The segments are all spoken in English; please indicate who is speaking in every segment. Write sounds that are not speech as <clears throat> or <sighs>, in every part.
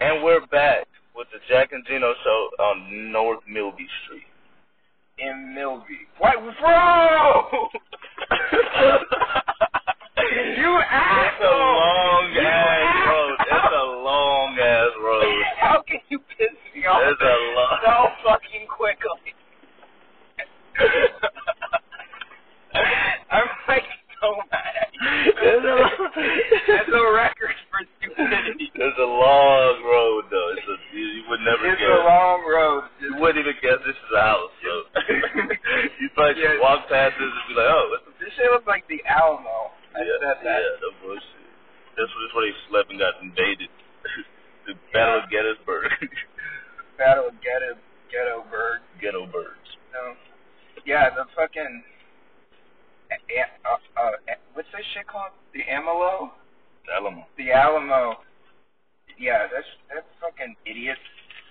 Speaker 1: And we're back with the Jack and Gino show on North Milby Street.
Speaker 2: in Milby. What, bro? <laughs> you
Speaker 1: That's a
Speaker 2: asshole!
Speaker 1: long
Speaker 2: You
Speaker 1: ass road.
Speaker 2: asshole.
Speaker 1: That's a long ass
Speaker 2: <laughs>
Speaker 1: road.
Speaker 2: <laughs> How can you piss me off
Speaker 1: That's a long.
Speaker 2: so fucking quickly? <laughs> I'm like so mad at
Speaker 1: That's a
Speaker 2: you. That's a record for
Speaker 1: <laughs>
Speaker 2: stupidity.
Speaker 1: That's a long road though. It's a, you, you would never
Speaker 2: It's
Speaker 1: guess.
Speaker 2: a long road.
Speaker 1: you wouldn't even guess this is a house.
Speaker 2: <laughs>
Speaker 1: So you probably just
Speaker 2: Yeah.
Speaker 1: walk past this and be like, oh, that's a
Speaker 2: This shit looks like the Alamo. I
Speaker 1: yeah,
Speaker 2: said that.
Speaker 1: Yeah, no bullshit. That's where, that's where they slept and got invaded. <laughs> the Battle of Gettysburg. <laughs>
Speaker 2: Battle of Ghetto, Ghettoburg.
Speaker 1: Ghetto birds.
Speaker 2: No. Yeah, the fucking. a- a- Uh, uh, what's that shit called? The Amalo?
Speaker 1: Alamo.
Speaker 2: The Alamo. Yeah, that's that's fucking idiots.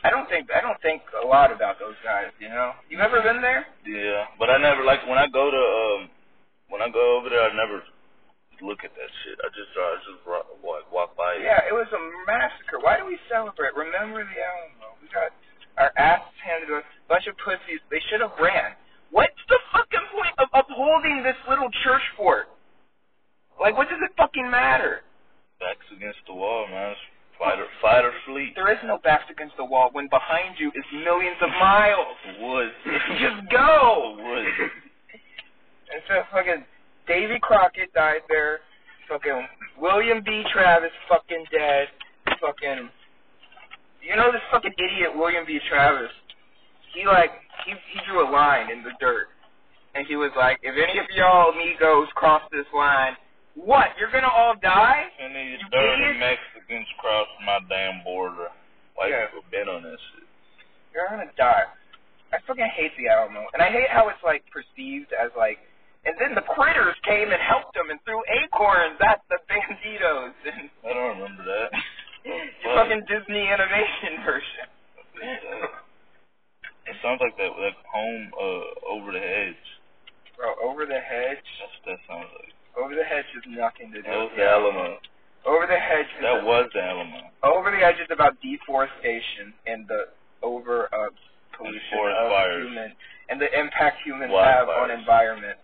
Speaker 2: I don't think I don't think a lot about those guys. You know, you ever been there?
Speaker 1: Yeah, but I never like when I go to um when I go over there, I never look at that shit. I just I just ro- walk walk by it.
Speaker 2: Yeah, it was a massacre. Why do we celebrate? Remember the Alamo? We got our asses handed to us. Bunch of pussies. They should have ran. What's the fucking point of upholding this little church fort? Like, what does it fucking matter?
Speaker 1: Backs against the wall, man. It's fight or fight or flee.
Speaker 2: There is no backs against the wall when behind you is millions of miles. <laughs>
Speaker 1: Woods.
Speaker 2: Just go.
Speaker 1: Woods.
Speaker 2: And so fucking Davy Crockett died there. Fucking William B. Travis fucking dead. Fucking you know this fucking idiot William B. Travis. He like he he drew a line in the dirt. And he was like, If any of y'all amigos cross this line, what, you're gonna all die?
Speaker 1: And these
Speaker 2: You
Speaker 1: dirty
Speaker 2: idiot.
Speaker 1: Mexicans crossed my damn border. White
Speaker 2: Yeah.
Speaker 1: people been on that shit.
Speaker 2: You're gonna die. I fucking hate the Alamo, and I hate how it's like perceived as like. And then the critters came and helped them and threw acorns at the banditos <laughs> and
Speaker 1: I don't remember
Speaker 2: <laughs>
Speaker 1: that.
Speaker 2: the fucking Disney animation <laughs> version.
Speaker 1: It sounds like that like home uh over the hedge.
Speaker 2: Bro, over the hedge.
Speaker 1: That's what that sounds like.
Speaker 2: Over the hedge has nothing to do.
Speaker 1: That was
Speaker 2: with
Speaker 1: the Alamo.
Speaker 2: Over the hedge. Is
Speaker 1: That was the Alamo.
Speaker 2: Over the hedge is about deforestation and the over uh, pollution
Speaker 1: forest
Speaker 2: of
Speaker 1: fires.
Speaker 2: human and the impact humans have on
Speaker 1: Wildfires.
Speaker 2: environment.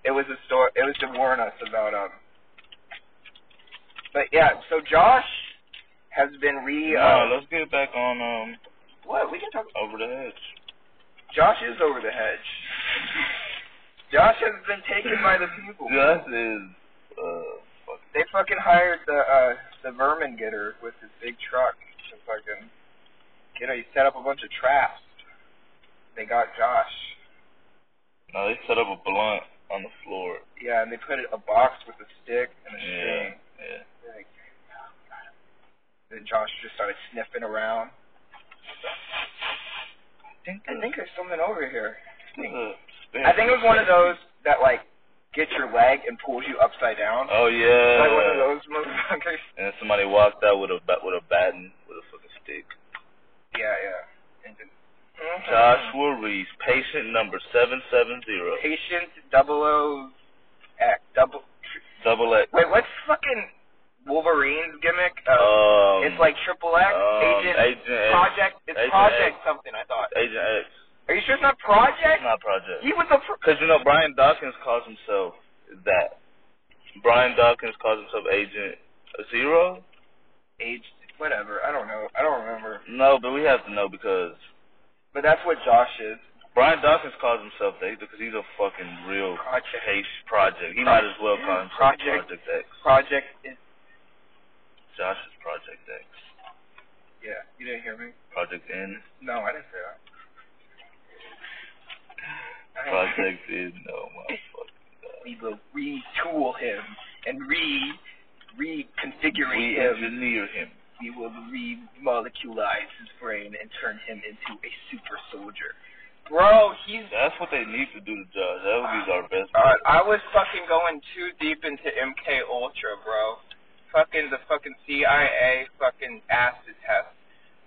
Speaker 2: It was a story. It was to warn us about um. But yeah, so Josh has been re.
Speaker 1: No,
Speaker 2: uh,
Speaker 1: let's get back on um
Speaker 2: what we can talk.
Speaker 1: over the hedge.
Speaker 2: Josh is over the hedge. Josh has been taken by the people.
Speaker 1: Gus is uh fuck,
Speaker 2: They fucking hired the uh the vermin getter with his big truck to fucking you know, he set up a bunch of traps. They got Josh.
Speaker 1: no, they set up a blunt on the floor.
Speaker 2: Yeah, and they put a box with a stick and a
Speaker 1: Yeah,
Speaker 2: string.
Speaker 1: yeah.
Speaker 2: Like, then Josh just started sniffing around.
Speaker 1: I think
Speaker 2: I think there's something over here. I
Speaker 1: I
Speaker 2: think it was one of those that like gets your leg and pulls you upside down.
Speaker 1: Oh yeah.
Speaker 2: Like one of those motherfuckers.
Speaker 1: And then somebody walked out with a bat with a baton with a fucking stick.
Speaker 2: Yeah, yeah. And then, Mhm.
Speaker 1: Joshua Reese, patient number seven seven zero.
Speaker 2: Patient double O X double.
Speaker 1: Double X.
Speaker 2: Wait, what's fucking Wolverine's gimmick? Uh,
Speaker 1: Um,
Speaker 2: it's like triple X
Speaker 1: um,
Speaker 2: agent,
Speaker 1: X.
Speaker 2: project. It's
Speaker 1: Agent
Speaker 2: project
Speaker 1: X.
Speaker 2: something. I thought.
Speaker 1: Agent X.
Speaker 2: Are you sure it's not project?
Speaker 1: Not project.
Speaker 2: He was the. Pr-
Speaker 1: Because you know Brian Dawkins calls himself that. Brian Dawkins calls himself Agent Zero.
Speaker 2: Age, whatever. I don't know. I don't remember.
Speaker 1: No, but we have to know because
Speaker 2: But that's what Josh is.
Speaker 1: Brian Dawkins calls himself that because he's a fucking real
Speaker 2: Project.
Speaker 1: case project. He might as well call himself
Speaker 2: Project.
Speaker 1: Project, X.
Speaker 2: Project is.
Speaker 1: Josh's Project X.
Speaker 2: Yeah, you didn't hear me.
Speaker 1: Project N.
Speaker 2: No, I didn't say that. I don't-
Speaker 1: Project N. No, motherfucking God.
Speaker 2: We will retool him and re reconfigure
Speaker 1: We
Speaker 2: him.
Speaker 1: engineer him.
Speaker 2: we will remoleculize his brain and turn him into a super soldier. Bro, he's.
Speaker 1: That's what they need to do to Josh. That would be our best.
Speaker 2: Uh, I was fucking going too deep into MK Ultra, bro. Fucking the fucking CIA fucking acid test,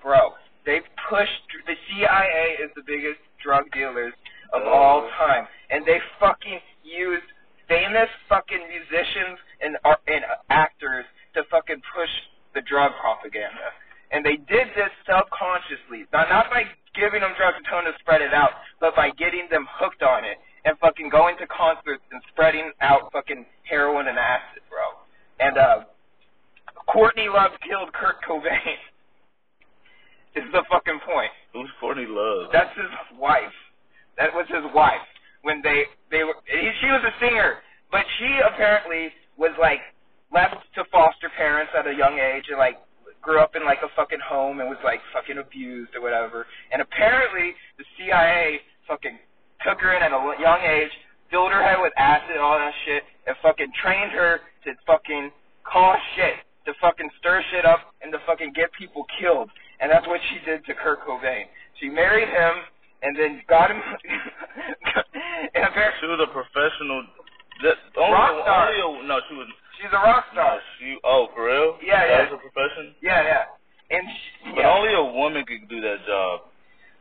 Speaker 2: bro. They pushed the CIA is the biggest drug dealers of
Speaker 1: Uh.
Speaker 2: all time, and they fucking used famous fucking musicians and ar- and actors to fucking push the drug propaganda. And they did this subconsciously. Now, not by giving them drugs and telling them to spread it out, but by getting them hooked on it and fucking going to concerts and spreading out fucking heroin and acid, bro. And uh, Courtney Love killed Kurt Cobain. <laughs> is the fucking point.
Speaker 3: Who's Courtney Love?
Speaker 2: That's his wife. That was his wife. When they they were, he, she was a singer, but she apparently was like left to foster parents at a young age and like grew up in like a fucking home and was like fucking abused or whatever. And apparently the CIA fucking took her in at a l- young age, filled her head with acid and all that shit, and fucking trained her to fucking cause shit, to fucking stir shit up, and to fucking get people killed. And that's what she did to Kurt Cobain. She married him, and then got him. <laughs> and apparently,
Speaker 3: she was a professional. That, only,
Speaker 2: Rock star.
Speaker 3: only a- no, she was.
Speaker 2: she's a rock
Speaker 3: No,
Speaker 2: star.
Speaker 3: she. Oh, for real?
Speaker 2: Yeah,
Speaker 3: That
Speaker 2: yeah.
Speaker 3: was a profession.
Speaker 2: Yeah, yeah. And she,
Speaker 3: But
Speaker 2: yeah.
Speaker 3: only a woman could do that job.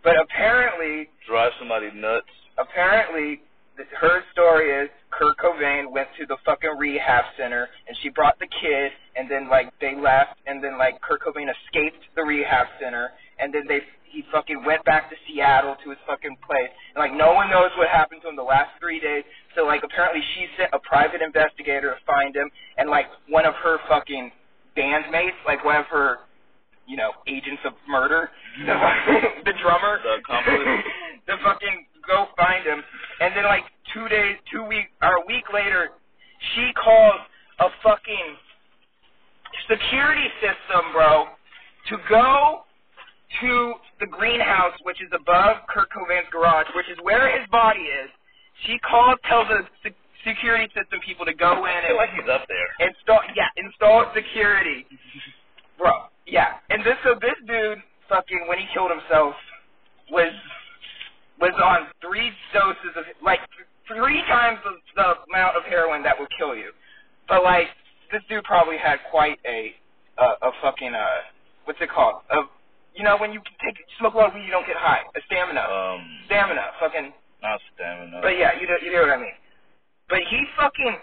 Speaker 2: but apparently,
Speaker 3: Drive somebody nuts.
Speaker 2: apparently th- her story is Kurt Cobain went to the fucking rehab center and she brought the kid and then like they left and then like Kurt Cobain escaped the rehab center and then they he fucking went back to Seattle to his fucking place and like no one knows what happened to him the last three days so like apparently she sent a private investigator to find him and like one of her fucking bandmates like one of her you know agents of murder the, <laughs> the <laughs> drummer
Speaker 3: The
Speaker 2: <laughs>
Speaker 3: accomplice.
Speaker 2: to fucking go find him. And then like two days, two week or a week later, she calls a fucking security system, bro, to go to the greenhouse, which is above Kurt Cobain's garage, which is where his body is. She calls, tells the se- security system people to go in
Speaker 3: I
Speaker 2: and
Speaker 3: feel like he's up there.
Speaker 2: Install yeah, install security. Bro, yeah. And this so this dude fucking when he killed himself was was on three doses of like th- three times the, the amount of heroin that would kill you. But like this dude probably had quite a uh, a fucking uh what's it called? A you know when you can take smoke a lot of weed you don't get high. A stamina.
Speaker 3: Um,
Speaker 2: Stamina, fucking
Speaker 3: not stamina.
Speaker 2: but yeah, you know you know what I mean. But he fucking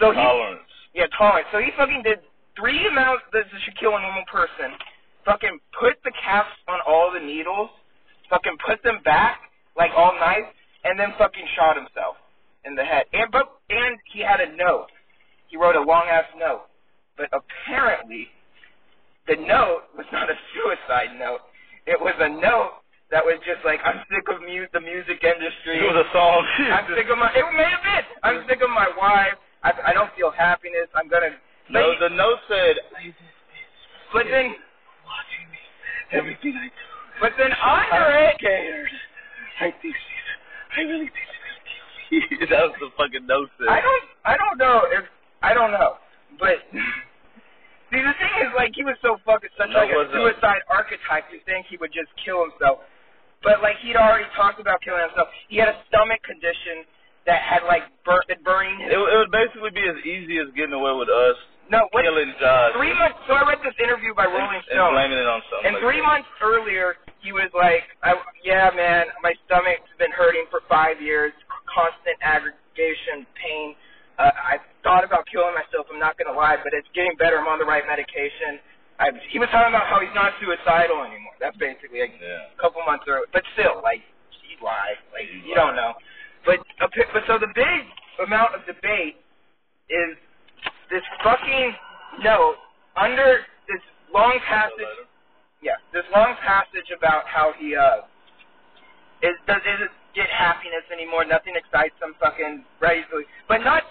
Speaker 2: so he
Speaker 3: tolerance.
Speaker 2: yeah, tolerance. So he fucking did three amounts that that should kill a normal person. Fucking put the caps on all the needles. Fucking put them back like all night, and then fucking shot himself in the head. And but and he had a note. He wrote a long ass note, but apparently the note was not a suicide note. It was a note that was just like I'm sick of mu- the music industry.
Speaker 3: It was a song. <laughs>
Speaker 2: I'm sick of my. It may have been. I'm sick of my wife. I, I don't feel happiness. I'm gonna. But,
Speaker 3: no, the note said
Speaker 2: but then,
Speaker 3: everything I do.
Speaker 2: but then under it,
Speaker 3: scared. I think she's. I really think she's gonna kill me. <laughs> that was the fucking note said.
Speaker 2: I don't. I don't know if I don't know. But <laughs> see, the thing is, like, he was so fucking such
Speaker 3: No,
Speaker 2: like a
Speaker 3: it wasn't.
Speaker 2: suicide archetype. You think he would just kill himself? But like, he'd already talked about killing himself. He had a stomach condition that had like bur- been burning.
Speaker 3: It,
Speaker 2: His,
Speaker 3: it would basically be as easy as getting away with us
Speaker 2: no, what?
Speaker 3: killing Josh
Speaker 2: Three months. So I read this interview by
Speaker 3: and,
Speaker 2: Rolling
Speaker 3: and
Speaker 2: Stone.
Speaker 3: blaming it on something.
Speaker 2: And
Speaker 3: like
Speaker 2: three
Speaker 3: that.
Speaker 2: months earlier, he was like, I, "Yeah, man, my stomach's been hurting for five years, constant aggregation pain. Uh, I thought about killing myself. I'm not gonna lie, but it's getting better. I'm on the right medication." I, he was talking about how he's not suicidal anymore. That's basically like
Speaker 3: Yeah.
Speaker 2: a couple months earlier, but still, like he lied. Like
Speaker 3: He
Speaker 2: you don't know. But a pi- but so the big amount of debate is this fucking note under this long passage yeah, this long passage about how he uh is does isn't get happiness anymore. Nothing excites him. Fucking right, but not.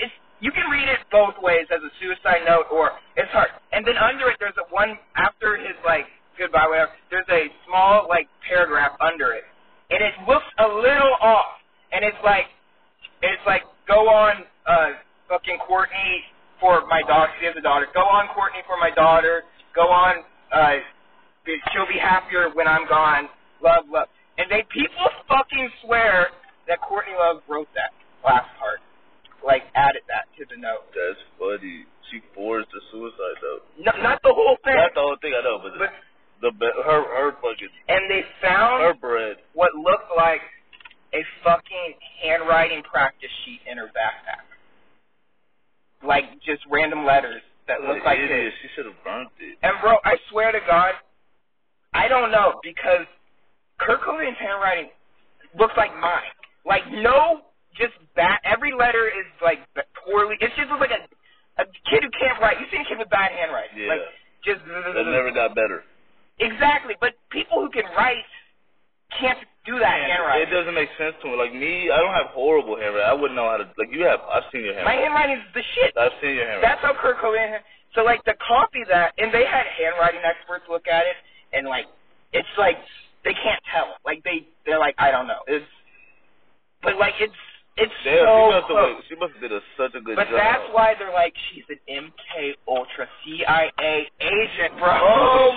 Speaker 2: It's you can read it both ways as a suicide note, or it's hard. And then under it, there's a one after his like goodbye, whatever. There's a small like paragraph under it, and it looks a little off. And it's like it's like go on uh fucking Courtney for my daughter. She has a daughter. Go on Courtney for my daughter. Go on. Uh, be- she'll be happier when I'm gone. Love, love. And they people fucking swear that Courtney Love wrote that last part, like added that to the note.
Speaker 3: That's funny. She forged the suicide though.
Speaker 2: No, not the whole thing,
Speaker 3: That's the whole thing I know, but,
Speaker 2: but
Speaker 3: the be- her her fucking
Speaker 2: and they found
Speaker 3: her bread.
Speaker 2: what looked like a fucking handwriting practice sheet in her backpack. Like just random letters that looked like
Speaker 3: Idiot.
Speaker 2: this.
Speaker 3: She
Speaker 1: should have burnt it.
Speaker 2: And bro, I swear to God, I don't know because Kurt Cobain's handwriting looks like mine. Like no, just bad. Every letter is like poorly. It's just like a a kid who can't write. You see a kid with bad handwriting?
Speaker 1: Yeah.
Speaker 2: Like just
Speaker 1: That never got better.
Speaker 2: exactly. But people who can write can't do that
Speaker 1: It
Speaker 2: handwriting.
Speaker 1: doesn't make sense to me. Like me, I don't have horrible handwriting. I wouldn't know how to. Like you have. I've seen your
Speaker 2: My handwriting
Speaker 1: handwriting.
Speaker 2: is the shit.
Speaker 1: I've seen your handwriting.
Speaker 2: That's how Kurt Cobain. So like the copy that, and they had handwriting experts look at it, and like it's like they can't tell. Like they they're like I don't know. It's but like it's it's
Speaker 1: Damn, she
Speaker 2: so
Speaker 1: must have.
Speaker 2: close.
Speaker 1: She must have did a, such a good
Speaker 2: But
Speaker 1: job.
Speaker 2: that's why they're like she's an MK Ultra CIA agent, bro.
Speaker 1: Oh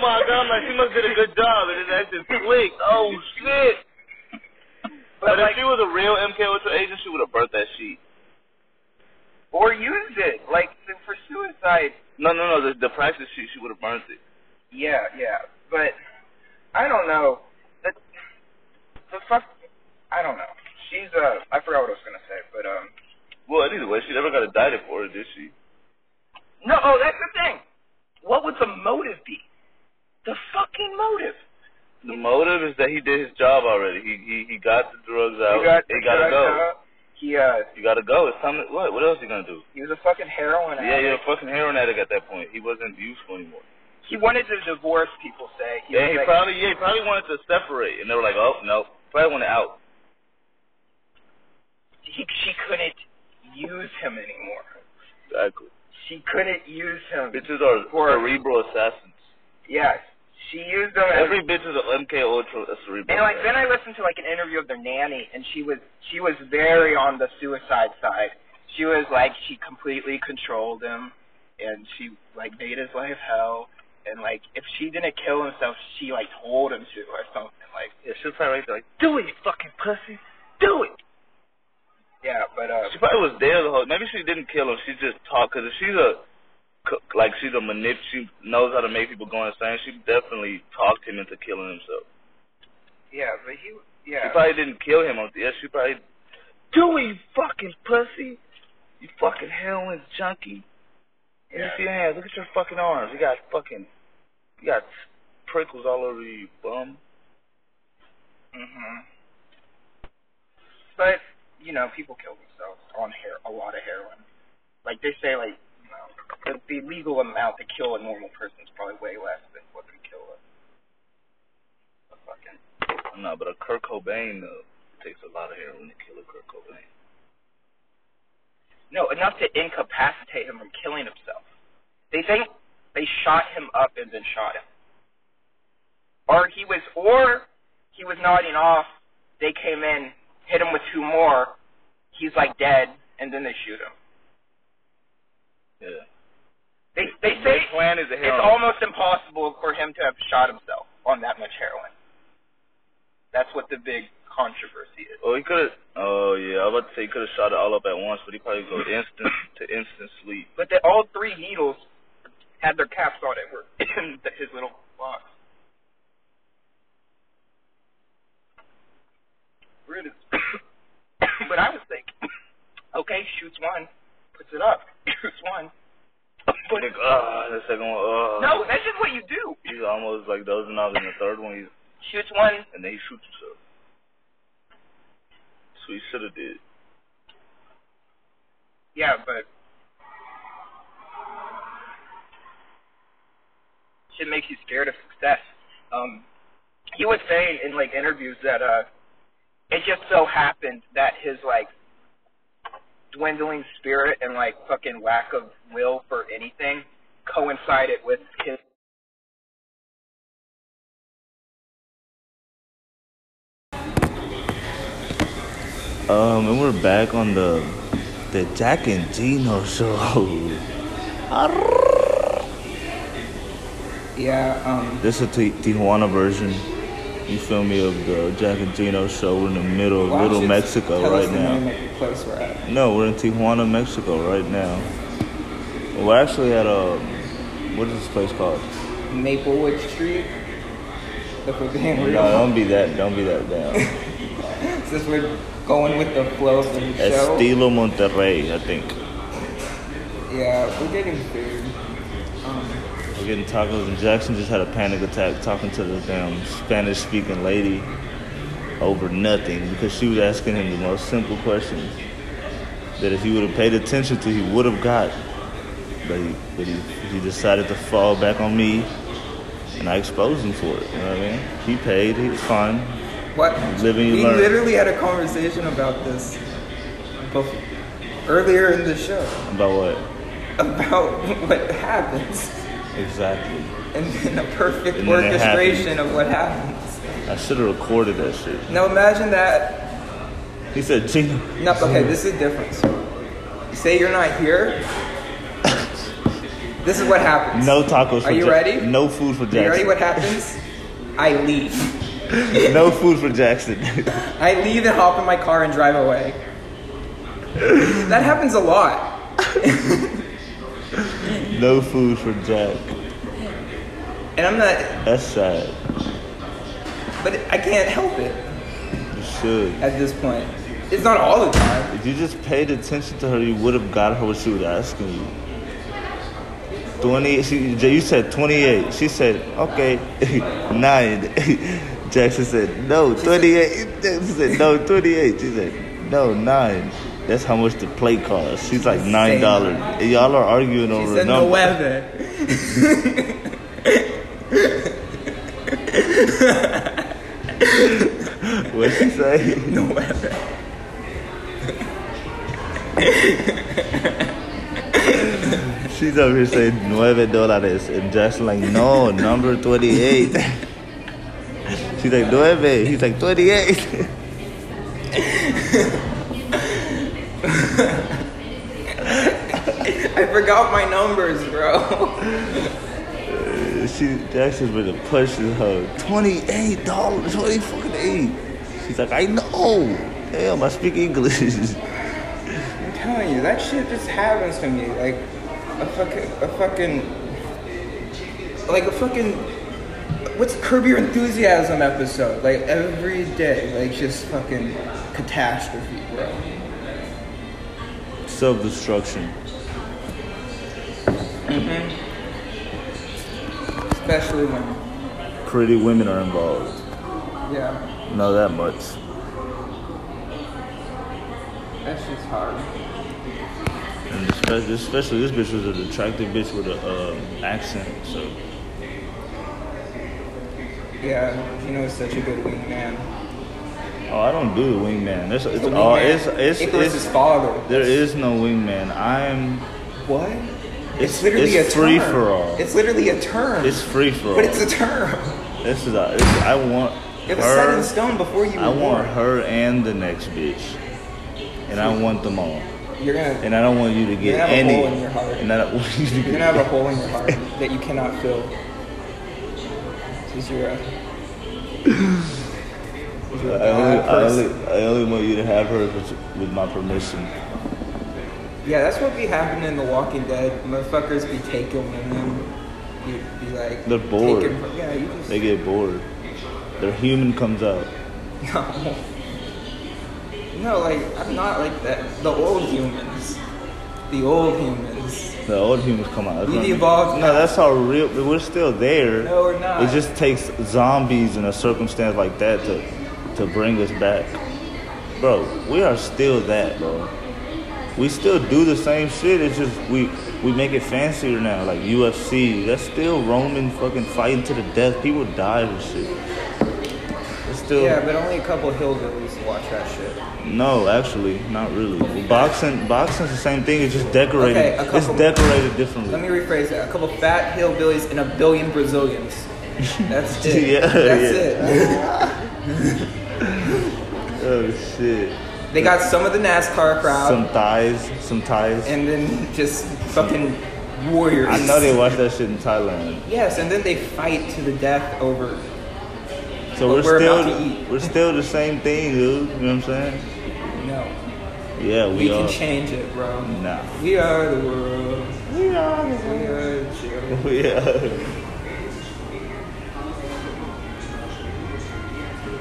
Speaker 2: <laughs>
Speaker 1: my god, like she must did a good job, and then that just clicked. Oh shit!
Speaker 2: But
Speaker 1: But,
Speaker 2: like,
Speaker 1: if she was a real MK Ultra agent, she would have burnt that sheet.
Speaker 2: or used it like for suicide.
Speaker 1: No, no, no. The, the practice sheet, she would have burnt it.
Speaker 2: Yeah, yeah, but I don't know. The the fuck, I don't know. She's uh, I forgot what I was gonna say, but um.
Speaker 1: Well, either way, she never got indicted for it, did she?
Speaker 2: No, oh, that's the thing. What would the motive be? The fucking motive.
Speaker 1: The motive is that he did his job already. He he he got the drugs out.
Speaker 2: he got,
Speaker 1: he gotta
Speaker 2: drugged
Speaker 1: go.
Speaker 2: up. He uh,
Speaker 1: You gotta go. It's time. To, what? What else you gonna do?
Speaker 2: he was a fucking heroin
Speaker 1: Yeah,
Speaker 2: addict.
Speaker 1: you're a fucking heroin addict at that point. He wasn't useful anymore.
Speaker 2: He wanted to divorce. People say. He
Speaker 1: Yeah,
Speaker 2: was
Speaker 1: he
Speaker 2: like,
Speaker 1: probably yeah he probably wanted to separate, and they were like, oh no, probably wanted out.
Speaker 2: he, she couldn't use him anymore.
Speaker 1: Exactly.
Speaker 2: She couldn't use him.
Speaker 1: Bitches are
Speaker 2: Or-
Speaker 1: cerebral assassins.
Speaker 2: yes, she used him. as-
Speaker 1: Every bitch is an MK Ultra a cerebral.
Speaker 2: and like
Speaker 1: assassin.
Speaker 2: then I listened to like an interview of their nanny, and she was she was very on the suicide side. She was like she completely controlled him, and she like made his life hell. And like if she didn't kill himself, she like told him to or something. Like
Speaker 1: yeah, she was probably right there, like
Speaker 2: do it, you fucking pussy, do it. Yeah, but uh,
Speaker 1: she probably was there the whole. Maybe she didn't kill him. She just talked because if she's a c- like she's a manip, she knows how to make people go insane. She definitely talked him into killing himself.
Speaker 2: yeah, but he
Speaker 1: She
Speaker 2: yeah.
Speaker 1: probably didn't kill him. Yeah, she probably. Do it, you fucking pussy. You fucking heroin junkie. Let me
Speaker 2: Yeah.
Speaker 1: see your hands. Look at your fucking arms. You got fucking. You got prickles all over you, you bum.
Speaker 2: Mhm. But you know, people kill themselves on hair a lot of heroin. Like they say, like you know, the, the legal amount to kill a normal person is probably way less than what they kill a, a fucking.
Speaker 1: No, but a Kurt Cobain, though, it takes a lot of heroin to kill a Kurt Cobain.
Speaker 2: No, enough to incapacitate him from killing himself. They think they shot him up and then shot him, or he was, or he was nodding off. They came in, hit him with two more. He's like dead, and then they shoot him.
Speaker 1: Yeah.
Speaker 2: They they
Speaker 1: Their
Speaker 2: say
Speaker 1: plan is a heroin.
Speaker 2: It's almost impossible for him to have shot himself on that much heroin. That's what the big controversy is.
Speaker 1: Oh, he could have. Oh yeah, I was about to say he could have shot it all up at once, but he probably go instant to instant sleep.
Speaker 2: But they, all three needles had their caps on it, were <laughs> in the, his little box. Weird as- <coughs> but I was thinking, okay, shoots one, puts it up, <laughs> shoots one. But
Speaker 1: Like, ah, the second one, ah.
Speaker 2: no, that's just what you do.
Speaker 1: He's almost like dozing off, and the third one, he's
Speaker 2: Shoots one,
Speaker 1: and then he shoots himself. So he should have did.
Speaker 2: Yeah, but should make you scared of success. Um, he was saying in like interviews that uh, it just so happened that his like dwindling spirit and like fucking lack of will for anything coincided with his
Speaker 4: Um, and we're back on the the Jack and Gino show. <laughs>
Speaker 2: yeah um
Speaker 4: this is a Ti- Tijuana version. You feel me of the Jack and Gino show? We're in the middle of Little Mexico right now.
Speaker 2: of the place we're at.
Speaker 4: No, we're in Tijuana, Mexico right now. We're actually at a what is this place called?
Speaker 2: Maplewood Street. If we're being
Speaker 4: No, don't be that. Don't be that down.
Speaker 2: since we're going with the flow of the
Speaker 4: Estilo Monterrey, I think.
Speaker 2: Yeah, we're getting food. Um,
Speaker 1: We're getting tacos, and Jackson just had a panic attack talking to the damn Spanish-speaking lady over nothing because she was asking him the most simple questions that if he would have paid attention to, he would have got. But he, but he, he decided to fall back on me, and I exposed him for it. You know what I mean? He paid. He was fine.
Speaker 5: What?
Speaker 1: Living, you
Speaker 5: we
Speaker 1: learn.
Speaker 5: literally had a conversation about this bef- earlier in the show
Speaker 1: About what?
Speaker 5: about <laughs> what happens
Speaker 1: Exactly.
Speaker 5: and then a perfect
Speaker 1: And then it
Speaker 5: orchestration of what happens.
Speaker 1: I should have recorded that shit.
Speaker 5: Now imagine that.
Speaker 1: He said, Gina.
Speaker 5: No, okay, this is the difference. Say you're not
Speaker 1: <laughs>
Speaker 5: here. this is what happens.
Speaker 1: No tacos. For
Speaker 5: Are you
Speaker 1: Jack-
Speaker 5: ready?
Speaker 1: No food for Jackson.
Speaker 5: You ready? What happens? I leave.
Speaker 1: no food for Jackson.
Speaker 5: I leave and hop in my car and drive
Speaker 1: <laughs>
Speaker 5: away. that happens a lot.
Speaker 1: no food for Jack.
Speaker 5: And I'm not,
Speaker 1: That's sad.
Speaker 5: but I can't help it
Speaker 1: You should.
Speaker 5: at this point. It's not all the time.
Speaker 1: If you just paid attention to her, you would have got her what she was asking you. Twenty. She, you said twenty-eight. She said, "Okay, <laughs> nine. <laughs> Jackson said, "No, twenty-eight. Jackson said, "No, twenty-eight. She said, "No, nine. That's how much the plate costs. She's like nine
Speaker 5: Insane.
Speaker 1: dollars. Y'all are arguing over
Speaker 5: She
Speaker 1: a
Speaker 5: said
Speaker 1: number.
Speaker 5: the weather.
Speaker 1: What'd she say?
Speaker 5: The weather.
Speaker 1: She's over here saying nueve dólares, and Jackson like, no, number twenty-eight. She's like nueve. He's like twenty-eight.
Speaker 5: I forgot my numbers, bro.
Speaker 1: She Jackson's been pushing her. Twenty-eight dollars, twenty fucking eight. She's like, I know. Damn, I speak English. <laughs>
Speaker 5: I'm telling you, that shit just happens to me. Like a fucking, a fucking, like a fucking. What's Curb Your Enthusiasm episode? Like every day, like just fucking catastrophe, bro.
Speaker 1: Self-destruction.
Speaker 5: Especially when,
Speaker 1: Pretty women are involved.
Speaker 5: yeah,
Speaker 1: Know that much.
Speaker 5: that's just hard.
Speaker 1: And especially, especially this bitch was an attractive bitch with a um, accent. So
Speaker 5: Yeah, you know, it's such a good wingman.
Speaker 1: oh, I don't do the wingman. There's it's
Speaker 5: The
Speaker 1: all
Speaker 5: wingman,
Speaker 1: Oh, it's it's,
Speaker 5: Icarus'
Speaker 1: it's
Speaker 5: father.
Speaker 1: there is no wingman. I'm
Speaker 5: What?
Speaker 1: It's-
Speaker 5: It's, literally
Speaker 1: it's
Speaker 5: a
Speaker 1: free
Speaker 5: term.
Speaker 1: for all.
Speaker 5: It's literally a term.
Speaker 1: it's free for all.
Speaker 5: but it's a term.
Speaker 1: this is a, it's, I want
Speaker 5: It was set
Speaker 1: her.
Speaker 5: in stone before you were
Speaker 1: I want
Speaker 5: born.
Speaker 1: her and the next bitch, and I want them all.
Speaker 5: You're gonna
Speaker 1: And I don't want you to
Speaker 5: You're
Speaker 1: get
Speaker 5: gonna have a
Speaker 1: any.
Speaker 5: hole in your heart.
Speaker 1: And I don't <laughs> want you to
Speaker 5: you're
Speaker 1: get
Speaker 5: gonna have a hole in your heart that you cannot fill. Since you're a, since you're a
Speaker 1: I only, I,
Speaker 5: bad person.
Speaker 1: only, I only want you to have her with, with my permission.
Speaker 5: Yeah, that's what be happening in The Walking Dead. Motherfuckers be taking women. You be like
Speaker 1: They're bored.
Speaker 5: taking- yeah, you just
Speaker 1: They get bored. Their human comes out.
Speaker 5: no. No, like I'm not like that. The old humans. The old humans.
Speaker 1: The old humans come out. That's
Speaker 5: We've
Speaker 1: what I mean.
Speaker 5: evolved
Speaker 1: No, that's how real. We're still there.
Speaker 5: No, we're not.
Speaker 1: It just takes zombies in a circumstance like that to to bring us back. Bro, we are still that, bro. We still do the same shit. It's just we we make it fancier now, like UFC. That's still Roman fucking fighting to the death. People die and shit. It's still
Speaker 5: Yeah, but only a couple hillbillies watch that shit.
Speaker 1: no, actually, not really. Boxing boxing's the same thing. It's just decorated.
Speaker 5: Okay, a
Speaker 1: it's
Speaker 5: couple-
Speaker 1: decorated differently.
Speaker 5: Let me rephrase that. A couple fat hillbillies and a billion Brazilians.
Speaker 1: <laughs>
Speaker 5: That's it.
Speaker 1: Yeah,
Speaker 5: That's
Speaker 1: yeah.
Speaker 5: it.
Speaker 1: oh shit.
Speaker 5: They got some of the NASCAR crowd
Speaker 1: Some thighs, some thighs.
Speaker 5: and then just fucking warriors.
Speaker 1: I know they watch that shit in Thailand.
Speaker 5: Yes, and then they fight to the death over.
Speaker 1: So we're,
Speaker 5: But we're
Speaker 1: still
Speaker 5: about to eat.
Speaker 1: we're still the same thing, dude. You know what I'm saying?
Speaker 5: No.
Speaker 1: Yeah, we,
Speaker 5: We,
Speaker 1: are.
Speaker 5: can change it, bro.
Speaker 1: Nah. <laughs>
Speaker 5: We are the world. We are the world.
Speaker 1: yeah.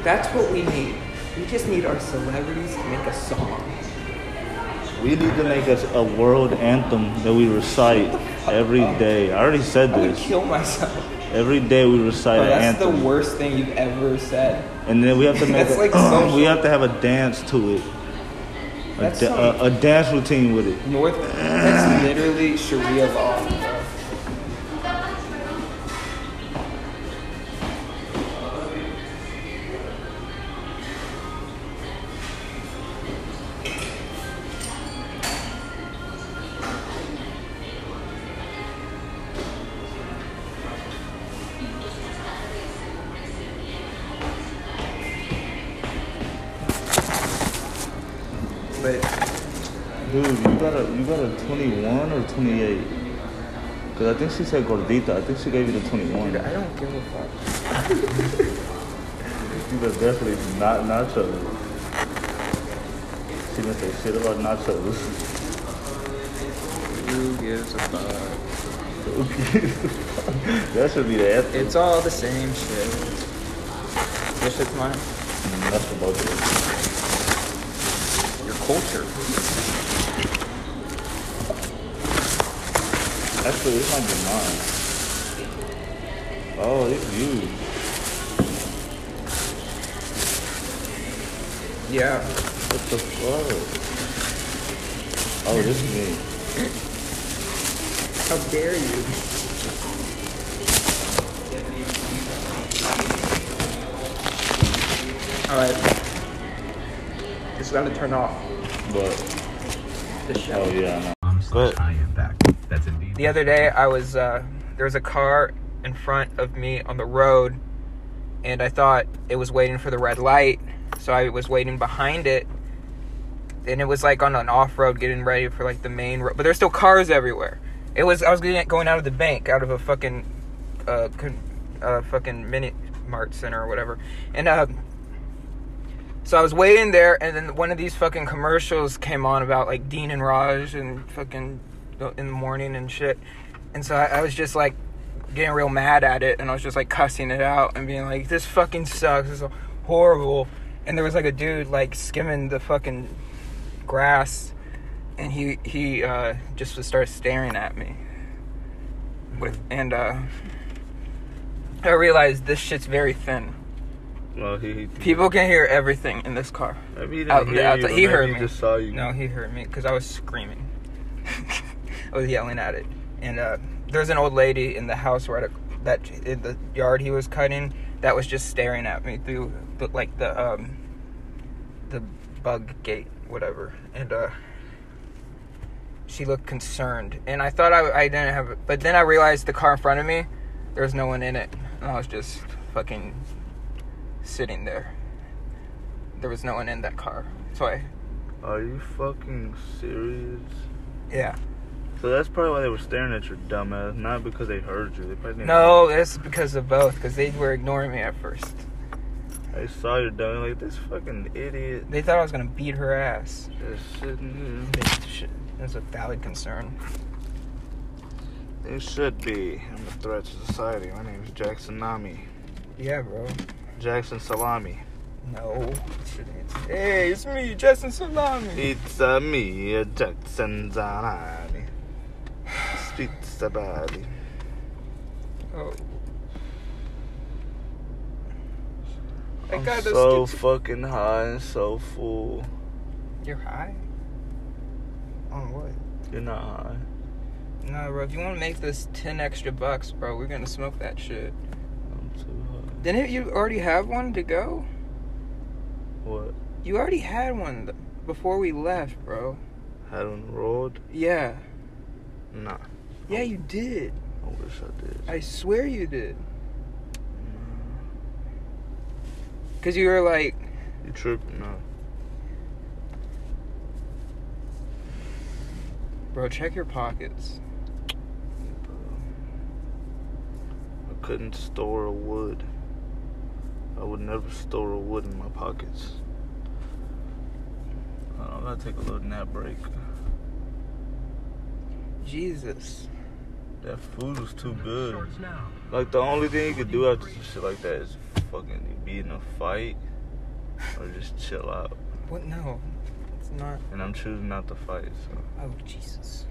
Speaker 5: That's what we need. We just need our celebrities to make a song.
Speaker 1: We need to make us a world anthem that we recite Every day. I already said
Speaker 5: I would
Speaker 1: this.
Speaker 5: kill myself.
Speaker 1: Every day we recite an
Speaker 5: Bro, Oh, that's
Speaker 1: anthem.
Speaker 5: the worst thing you've ever said.
Speaker 1: And then we have to make
Speaker 5: That's
Speaker 1: a-
Speaker 5: like
Speaker 1: <clears throat>
Speaker 5: social.
Speaker 1: we have to have a dance to it. A,
Speaker 5: That's
Speaker 1: da-
Speaker 5: some-
Speaker 1: a, a dance routine with it.
Speaker 5: North, that's literally Sharia law. But
Speaker 1: Dude, you got a you got a 21 or 28? Cause I think she said gordita. I think she gave you the 21.
Speaker 5: dude, I don't give a fuck.
Speaker 1: <laughs> You were definitely not nachos. She didn't say shit about nachos. <laughs>
Speaker 5: Who gives a fuck?
Speaker 1: that should be the ethic.
Speaker 5: It's all the same shit. This shit's mine.
Speaker 1: That's the most.
Speaker 5: Your culture.
Speaker 1: Actually, it might be mine. Oh, it's you.
Speaker 5: Yeah.
Speaker 1: What the fuck? Oh, this is me.
Speaker 5: How dare you? Alright. Just gotta turn off
Speaker 1: But
Speaker 5: the show.
Speaker 1: oh yeah, I know. But
Speaker 5: The other day, I was uh, there was a car in front of me on the road, and I thought it was waiting for the red light, so I was waiting behind it, and it was like on an off road, getting ready for like the main road. But there's still cars everywhere. It was I was getting, going out of the bank, out of a fucking, uh, con, uh fucking mini mart center or whatever, and uh. So I was waiting there, and then one of these fucking commercials came on about like Dean and Raj and fucking uh, in the morning and shit. And so I, I was just like getting real mad at it, and I was just like cussing it out and being like, "This fucking sucks. This is horrible." And there was like a dude like skimming the fucking grass, and he he uh, just would start staring at me. With and uh, I realized this shit's very thin.
Speaker 1: no, he. he
Speaker 5: People can hear everything in this car.
Speaker 1: maybe he didn't
Speaker 5: Out-
Speaker 1: hear
Speaker 5: out-
Speaker 1: you, but
Speaker 5: he
Speaker 1: maybe
Speaker 5: heard
Speaker 1: he
Speaker 5: me.
Speaker 1: just saw you.
Speaker 5: No, he heard me because I was screaming. <laughs> I was yelling at it, and uh, there's an old lady in the house right ac- that in the yard he was cutting that was just staring at me through the, like the um the bug gate, whatever, and uh. She looked concerned, and I thought I, I didn't have it, but then I realized the car in front of me, there was no one in it, and I was just fucking sitting there. There was no one in that car, so I
Speaker 1: Are you fucking serious?
Speaker 5: Yeah.
Speaker 1: So that's probably why they were staring at your dumbass, not because they heard you. They probably didn't.
Speaker 5: No, it's because of both, because they were ignoring me at first.
Speaker 1: They saw your dumb. Like this fucking idiot
Speaker 5: They thought I was gonna beat her ass.
Speaker 1: is sitting here.
Speaker 5: Bitch, shit, That's a valid concern.
Speaker 1: It should be. I'm a threat to society. My name is Jackson Nami.
Speaker 5: Yeah, bro.
Speaker 1: Jackson Salami.
Speaker 5: No. Shit, it's- Hey, it's me, Justin Salami.
Speaker 1: It's a me, a Jackson Salami. Speaks about it.
Speaker 5: Oh. I
Speaker 1: I'm
Speaker 5: got
Speaker 1: so
Speaker 5: a sketch.
Speaker 1: fucking high and so full.
Speaker 5: You're high? On what?
Speaker 1: You're not high.
Speaker 5: No, bro. If you want to make this ten extra bucks, bro, we're gonna smoke that shit.
Speaker 1: I'm too high.
Speaker 5: Didn't you already have one to go?
Speaker 1: What?
Speaker 5: You already had one th- before we left, bro.
Speaker 1: Had on the road?
Speaker 5: Yeah.
Speaker 1: Nah.
Speaker 5: Yeah, you did.
Speaker 1: I wish I did.
Speaker 5: I swear you did. Cause you were like,
Speaker 1: You tripping? No.
Speaker 5: bro, check your pockets.
Speaker 1: I couldn't store a wood. I would never store a wood in my pockets. I don't know, I'm gonna take a little nap break.
Speaker 5: Jesus.
Speaker 1: That food was too good. Like the only thing you could do after some shit like that is fucking be in a fight or just chill out.
Speaker 5: What? No, it's not.
Speaker 1: And I'm choosing not to fight, so
Speaker 5: Oh Jesus.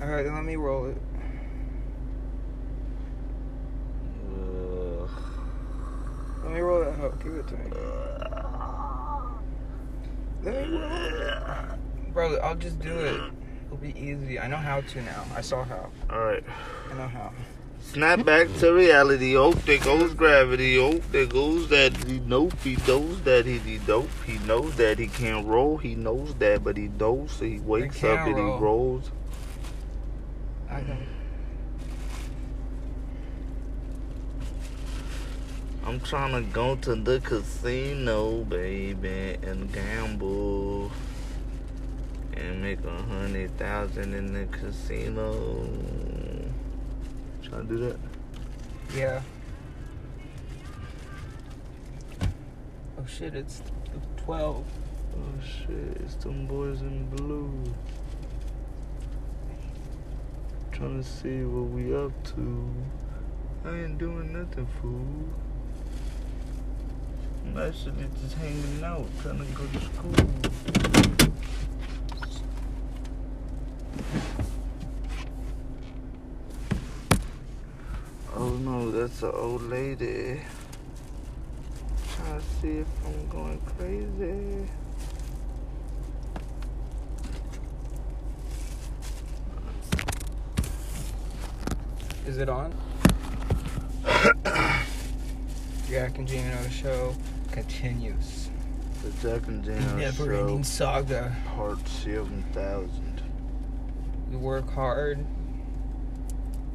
Speaker 5: All right, then let me roll it. Let me roll that out. Give it to me. Let me roll it. Bro, I'll just do it. It'll be easy. I know how to now. I saw how.
Speaker 1: All right.
Speaker 5: I know how.
Speaker 1: Snap back to reality. Oh, there goes gravity. Oh, there goes that. He nope. He knows that he, he dope. He knows that he can't roll. He knows that, but he knows so he wakes up
Speaker 5: can't
Speaker 1: and
Speaker 5: roll.
Speaker 1: he rolls.
Speaker 5: I got it.
Speaker 1: I'm trying to go to the casino, baby, and gamble and make a hundred thousand in the casino. Trying to do that.
Speaker 5: Yeah. Oh shit, it's 12.
Speaker 1: Oh shit, it's them boys in blue. Trying to see what we up to. I ain't doing nothing, fool. I'm actually just hanging out, trying to go to school. Oh no, that's an old lady. Trying to see if I'm going crazy.
Speaker 5: Is it on? <coughs> Jack and Gino show continues.
Speaker 1: The Jack and Jane
Speaker 5: Never
Speaker 1: Show,
Speaker 5: ending saga.
Speaker 1: Part 7000.
Speaker 5: We work hard.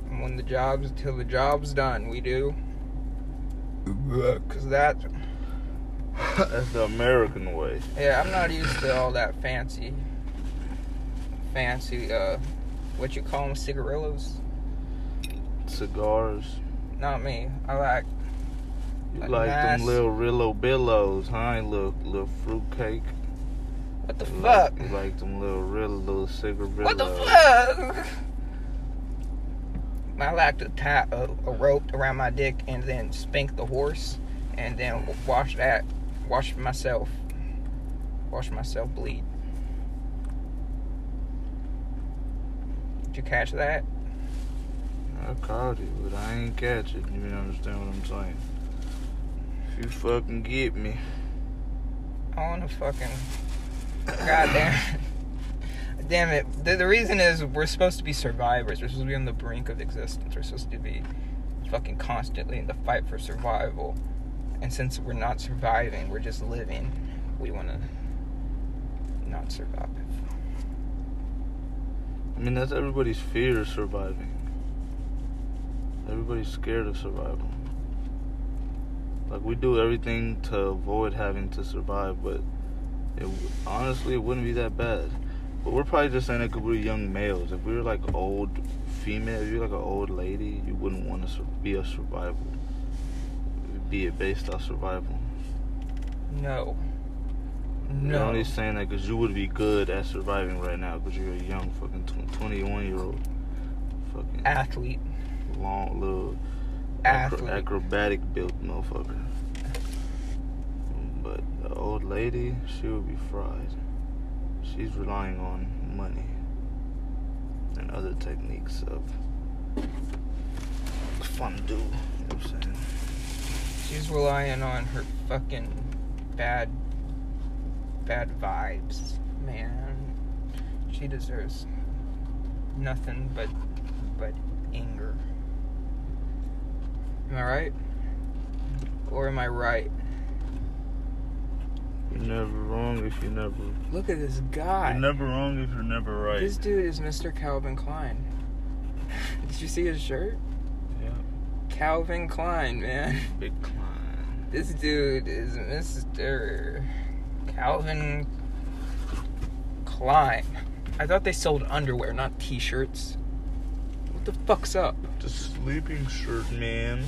Speaker 5: And when the job's till the job's done, we do. Cause that,
Speaker 1: <laughs> That's the American way.
Speaker 5: yeah, I'm not used to all that fancy, fancy, uh, what you call them, cigarillos.
Speaker 1: Cigars.
Speaker 5: Not me. I like
Speaker 1: You
Speaker 5: Like
Speaker 1: like,
Speaker 5: mass-
Speaker 1: them little Rillo Billos, huh? You Little, little fruitcake.
Speaker 5: what the
Speaker 1: You
Speaker 5: fuck.
Speaker 1: Like,
Speaker 5: <laughs>
Speaker 1: you like them little Rillo cigarillos.
Speaker 5: What the fuck? I like to tie a, a rope around my dick and then spank the horse and then w- wash that, wash myself, wash myself bleed. Did you catch that?
Speaker 1: I caught it, but I ain't catch it. You understand what I'm saying? If you fucking get me.
Speaker 5: I want to fucking. Goddamn. Damn it. The, the reason is we're supposed to be survivors. We're supposed to be on the brink of existence. We're supposed to be fucking constantly in the fight for survival. And since we're not surviving, we're just living, we want to not survive.
Speaker 1: I mean, that's everybody's fear of surviving. Everybody's scared of survival. Like, we do everything to avoid having to survive, but it, w- honestly, it wouldn't be that bad. But we're probably just saying that 'cause we're young males. If we were like old female, if you're like an old lady, you wouldn't want to sur- be a survival. Be it based off survival.
Speaker 5: No.
Speaker 1: You're
Speaker 5: No.
Speaker 1: only saying that 'cause you would be good at surviving right now 'cause you're a young fucking tw- 21 year old. Fucking.
Speaker 5: Athlete.
Speaker 1: long little acro-
Speaker 5: Athlete.
Speaker 1: acrobatic built motherfucker. But the old lady, she will be fried. She's relying on money and other techniques of fondue. You know what I'm saying?
Speaker 5: She's relying on her fucking bad, bad vibes, man. She deserves nothing but, but anger. Am I right? Or am I right?
Speaker 1: You're never wrong if you're never.
Speaker 5: Look at this guy.
Speaker 1: You're never wrong if you're never right.
Speaker 5: This dude is Mr. Calvin Klein. <laughs> Did you see his shirt?
Speaker 1: Yeah.
Speaker 5: Calvin Klein, man.
Speaker 1: Big climb.
Speaker 5: This dude is Mr. Calvin Klein. I thought they sold underwear, not t-shirts. What the fuck's up?
Speaker 1: The sleeping shirt, man.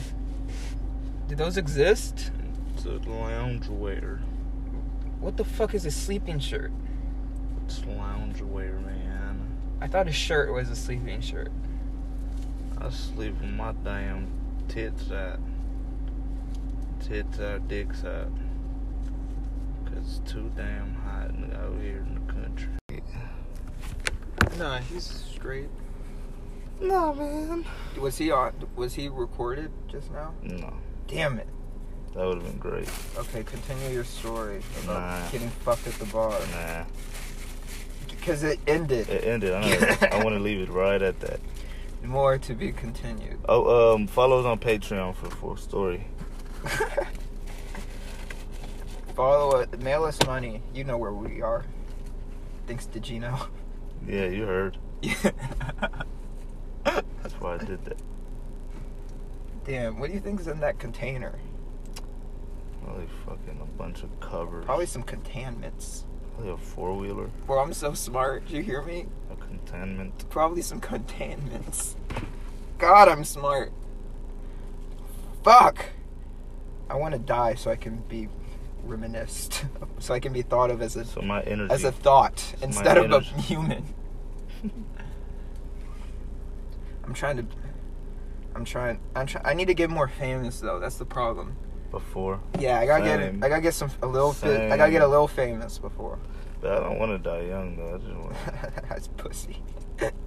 Speaker 5: Do those exist?
Speaker 1: It's a loungewear.
Speaker 5: What the fuck is a sleeping shirt?
Speaker 1: It's loungewear, man.
Speaker 5: I thought a shirt was a sleeping shirt.
Speaker 1: I sleep with my damn tits out. Tits out, dicks out. Cause it's too damn hot out here in the country.
Speaker 5: Nah, he's straight.
Speaker 1: No, man.
Speaker 5: Was he on? Was he recorded just now?
Speaker 1: No,
Speaker 5: Damn it.
Speaker 1: that would have been great.
Speaker 5: Okay, continue your story about
Speaker 1: Nah.
Speaker 5: getting fucked at the bar
Speaker 1: Nah,
Speaker 5: because it ended.
Speaker 1: it ended. I, know. I want to leave it right at that.
Speaker 5: More to be continued.
Speaker 1: Oh, um, follow us on Patreon for the full story.
Speaker 5: <laughs> Follow us. Mail us money. You know where we are. Thanks to Gino.
Speaker 1: Yeah, you heard.
Speaker 5: Damn.
Speaker 1: That's why I did that.
Speaker 5: What do you think is in that container?
Speaker 1: Probably fucking a bunch of covers.
Speaker 5: Probably some containments.
Speaker 1: Probably a four wheeler,
Speaker 5: Bro, I'm so smart. You hear me?
Speaker 1: a containment.
Speaker 5: Probably some containments. God, I'm smart. Fuck. I want to die so I can be reminisced, <laughs> so I can be thought of as a
Speaker 1: So my energy.
Speaker 5: as a thought instead of a
Speaker 1: energy.
Speaker 5: <laughs> human. I'm trying to. I'm trying. I'm trying. I need to get more famous though. That's the problem.
Speaker 1: before,
Speaker 5: Yeah, I gotta
Speaker 1: Same.
Speaker 5: get. I gotta get some a little. Fi- I gotta get a
Speaker 1: Same.
Speaker 5: little famous before. <laughs>
Speaker 1: but I don't want to die young though. I just want.
Speaker 5: That's pussy.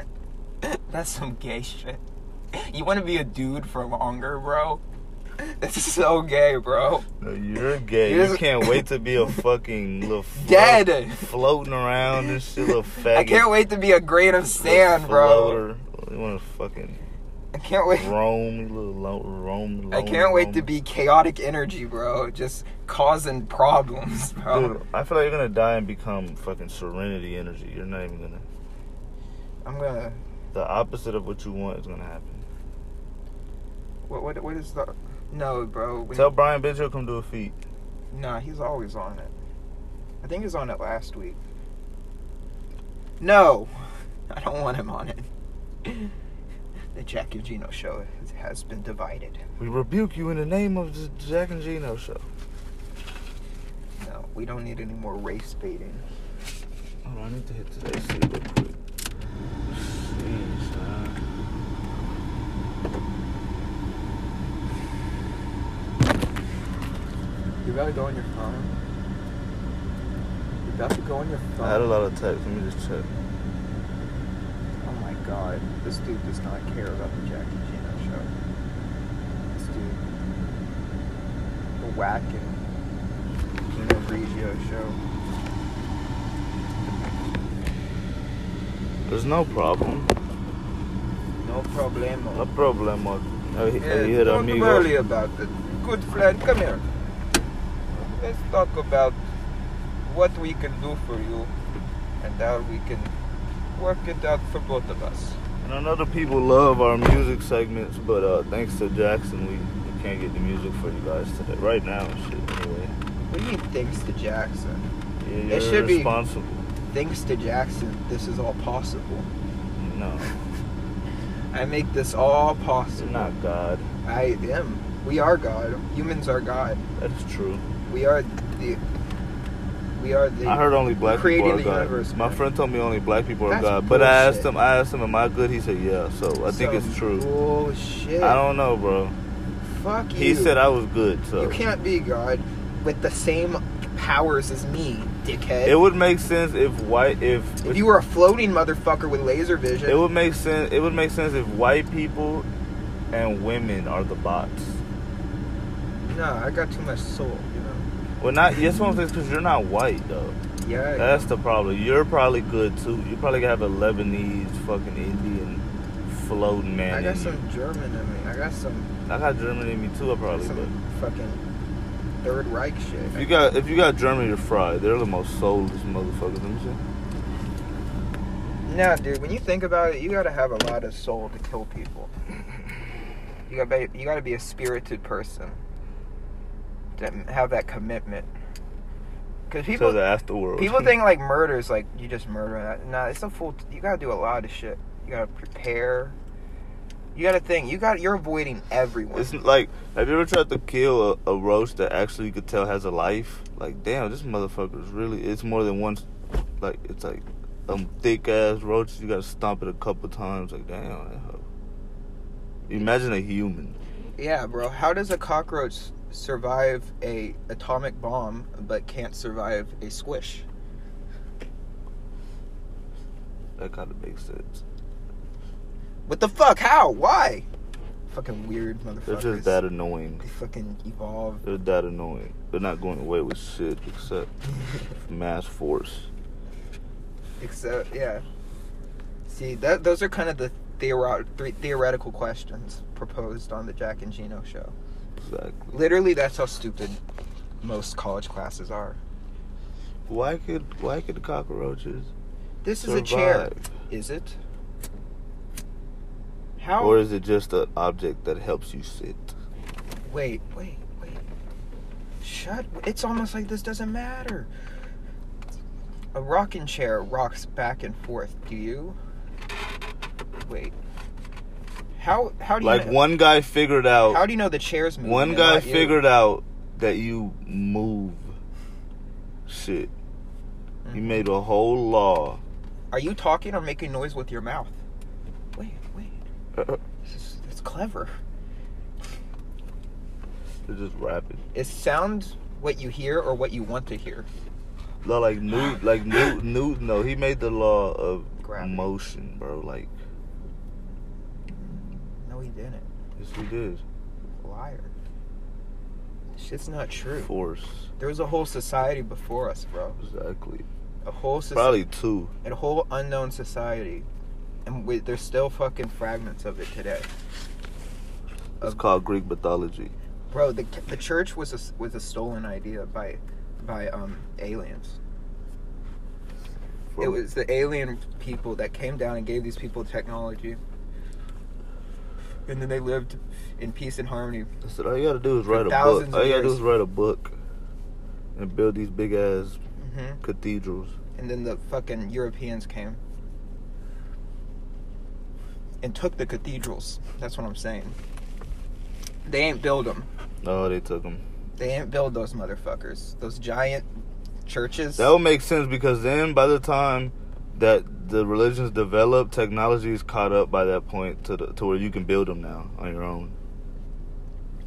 Speaker 5: <laughs> That's some gay shit. You want to be a dude for longer, bro? <laughs> That's so gay, bro.
Speaker 1: No, you're gay.
Speaker 5: You're
Speaker 1: You
Speaker 5: just-
Speaker 1: can't wait to be a fucking
Speaker 5: <laughs>
Speaker 1: little float,
Speaker 5: Dead.
Speaker 1: floating around and shit, little faggot.
Speaker 5: <laughs> I can't wait to be a grain of
Speaker 1: little
Speaker 5: sand, bro.
Speaker 1: floater. You want to fucking
Speaker 5: I can't wait.
Speaker 1: roam, you little lo- roam.
Speaker 5: I
Speaker 1: lonely
Speaker 5: can't wait to
Speaker 1: roamer.
Speaker 5: be chaotic energy, bro. Just causing problems, <laughs> bro.
Speaker 1: Dude, I feel like you're gonna die and become fucking serenity energy. You're not even gonna.
Speaker 5: I'm gonna.
Speaker 1: The opposite of what you want is gonna happen.
Speaker 5: What? What? What is the? No, bro. we-
Speaker 1: Tell Brian Bitch he'll come do a feat.
Speaker 5: Nah, he's always on it. I think he was on it last week. No, <laughs> I don't want him on it. <laughs> The Jack and Gino show has been divided.
Speaker 1: We rebuke you in the name of the Jack and Gino show.
Speaker 5: No, we don't need any more race baiting.
Speaker 1: Hold on, I need to hit today's shit real quick. Jeez, man.
Speaker 5: You're about to go on your phone. You're about to go on your phone.
Speaker 1: I had a lot of texts. Let me just check.
Speaker 5: Oh my god, this dude does not care about the Jackie Gino show. This dude, the whack and Gino Grigio show.
Speaker 1: There's no problem. No
Speaker 5: No problemo.
Speaker 1: problem. uh, Have you, have
Speaker 5: Yeah,
Speaker 1: you heard
Speaker 5: don't
Speaker 1: amigo?
Speaker 5: worry about it. Good friend, come here. Let's talk about what we can do for you and how we can work it out for both of us.
Speaker 1: And I know the people love our music segments, but uh, thanks to Jackson, we, we can't get the music for you guys today. Right now, and shit. Anyway,
Speaker 5: We need thanks to Jackson.
Speaker 1: yeah, you're
Speaker 5: It should be-
Speaker 1: responsible.
Speaker 5: Thanks to Jackson, this is all possible.
Speaker 1: No,
Speaker 5: I make this all
Speaker 1: you're
Speaker 5: possible.
Speaker 1: not God.
Speaker 5: I am. We are God. Humans are God.
Speaker 1: That is true.
Speaker 5: We are the. We are the.
Speaker 1: I heard only black
Speaker 5: creating
Speaker 1: people are
Speaker 5: the
Speaker 1: God.
Speaker 5: universe,
Speaker 1: My
Speaker 5: man.
Speaker 1: friend told me only black people are
Speaker 5: That's
Speaker 1: God, but I asked
Speaker 5: bullshit.
Speaker 1: him. I asked him, "Am I good?" He said, "Yeah." So I think
Speaker 5: Some
Speaker 1: it's true.
Speaker 5: Bullshit.
Speaker 1: I don't know, bro.
Speaker 5: Fuck you.
Speaker 1: He said I was good, so
Speaker 5: You can't be God with the same powers as me, dickhead.
Speaker 1: it would make sense if white if
Speaker 5: if you were a floating motherfucker with laser vision,
Speaker 1: It would make sense. It would make sense if white people and women are the bots.
Speaker 5: no, I got too much soul, you know.
Speaker 1: Well, not. That's what I'm saying. Because you're not white though.
Speaker 5: Yeah.
Speaker 1: That's the problem. You're probably good too. You probably have a Lebanese fucking Indian floating man.
Speaker 5: I
Speaker 1: in
Speaker 5: got
Speaker 1: you.
Speaker 5: some German in me. I got some
Speaker 1: I got German in me too. I probably. But
Speaker 5: some fucking Third Reich shit.
Speaker 1: if you got if you got German, you're fried. They're the most soulless motherfuckers. Let me see.
Speaker 5: Nah, dude. When you think about it, you gotta have a lot of soul to kill people. You gotta be, you gotta be a spirited person. To have that commitment. Because people,
Speaker 1: to <laughs> the afterworld.
Speaker 5: People think like murder is like you just murder. Nah, it's a full. You gotta do a lot of shit. You gotta prepare. You gotta think. You got. You're avoiding everyone.
Speaker 1: It's like, have you ever tried to kill a, a roach that actually you could tell has a life? Like, damn, this motherfucker is really. It's more than one. Like, it's like um thick ass roach. You gotta stomp it a couple times. Like, damn. That hoe. Imagine a human.
Speaker 5: yeah, bro. How does a cockroach survive a atomic bomb but can't survive a squish?
Speaker 1: That kind of makes sense.
Speaker 5: What the fuck? How? Why? Fucking weird motherfuckers.
Speaker 1: It's just that annoying.
Speaker 5: They fucking evolve.
Speaker 1: It's that annoying. They're not going away with shit
Speaker 5: <laughs>
Speaker 1: except mass force.
Speaker 5: Except, yeah. See, that, those are kind of the theori- three theoretical questions proposed on the Jack and Gino show.
Speaker 1: Exactly.
Speaker 5: Literally, that's how stupid most college classes are.
Speaker 1: Why could why could cockroaches
Speaker 5: This is
Speaker 1: survive?
Speaker 5: a chair. Is it? How?
Speaker 1: Or is it just an object that helps you sit?
Speaker 5: wait, wait, wait. Shut. It's almost like this doesn't matter. A rocking chair rocks back and forth. Do you? Wait. How? How do you?
Speaker 1: Like
Speaker 5: know,
Speaker 1: one guy figured out
Speaker 5: How do you know the chair's moving?
Speaker 1: One
Speaker 5: and
Speaker 1: guy
Speaker 5: not you?
Speaker 1: figured out that you move shit. He
Speaker 5: Mhm.
Speaker 1: made a whole law.
Speaker 5: Are you talking or making noise with your mouth? Wait, wait.
Speaker 1: Uh,
Speaker 5: This is, that's clever.
Speaker 1: It's just rapping.
Speaker 5: Is sound what you hear or what you want to hear?
Speaker 1: No, like
Speaker 5: <gasps>
Speaker 1: Newt, like Newt, Newt. No, he made the law of
Speaker 5: Gravity.
Speaker 1: motion, bro. Like
Speaker 5: No, he didn't.
Speaker 1: yes, he did.
Speaker 5: Liar. Shit's not true.
Speaker 1: Force,
Speaker 5: There was a whole society before us, bro.
Speaker 1: exactly.
Speaker 5: A whole
Speaker 1: Probably
Speaker 5: society,
Speaker 1: two.
Speaker 5: a whole unknown society, and we, there's still fucking fragments of it today.
Speaker 1: It's called Greek mythology.
Speaker 5: Bro, the the church was a, was a stolen idea by by um aliens. It
Speaker 1: From-
Speaker 5: was the alien people that came down and gave these people technology. And then they lived in peace and harmony.
Speaker 1: I said all you gotta do is write a
Speaker 5: thousands
Speaker 1: book.
Speaker 5: of
Speaker 1: All you gotta do
Speaker 5: years.
Speaker 1: is write a book and build these big ass
Speaker 5: hmm
Speaker 1: cathedrals.
Speaker 5: And then the fucking Europeans came and took the cathedrals. That's what I'm saying. They ain't build them.
Speaker 1: No, they took them.
Speaker 5: They ain't build those motherfuckers. Those giant churches.
Speaker 1: That would make sense because then by the time that the religions develop, technology is caught up by that point to the, to where you can build them now on your own.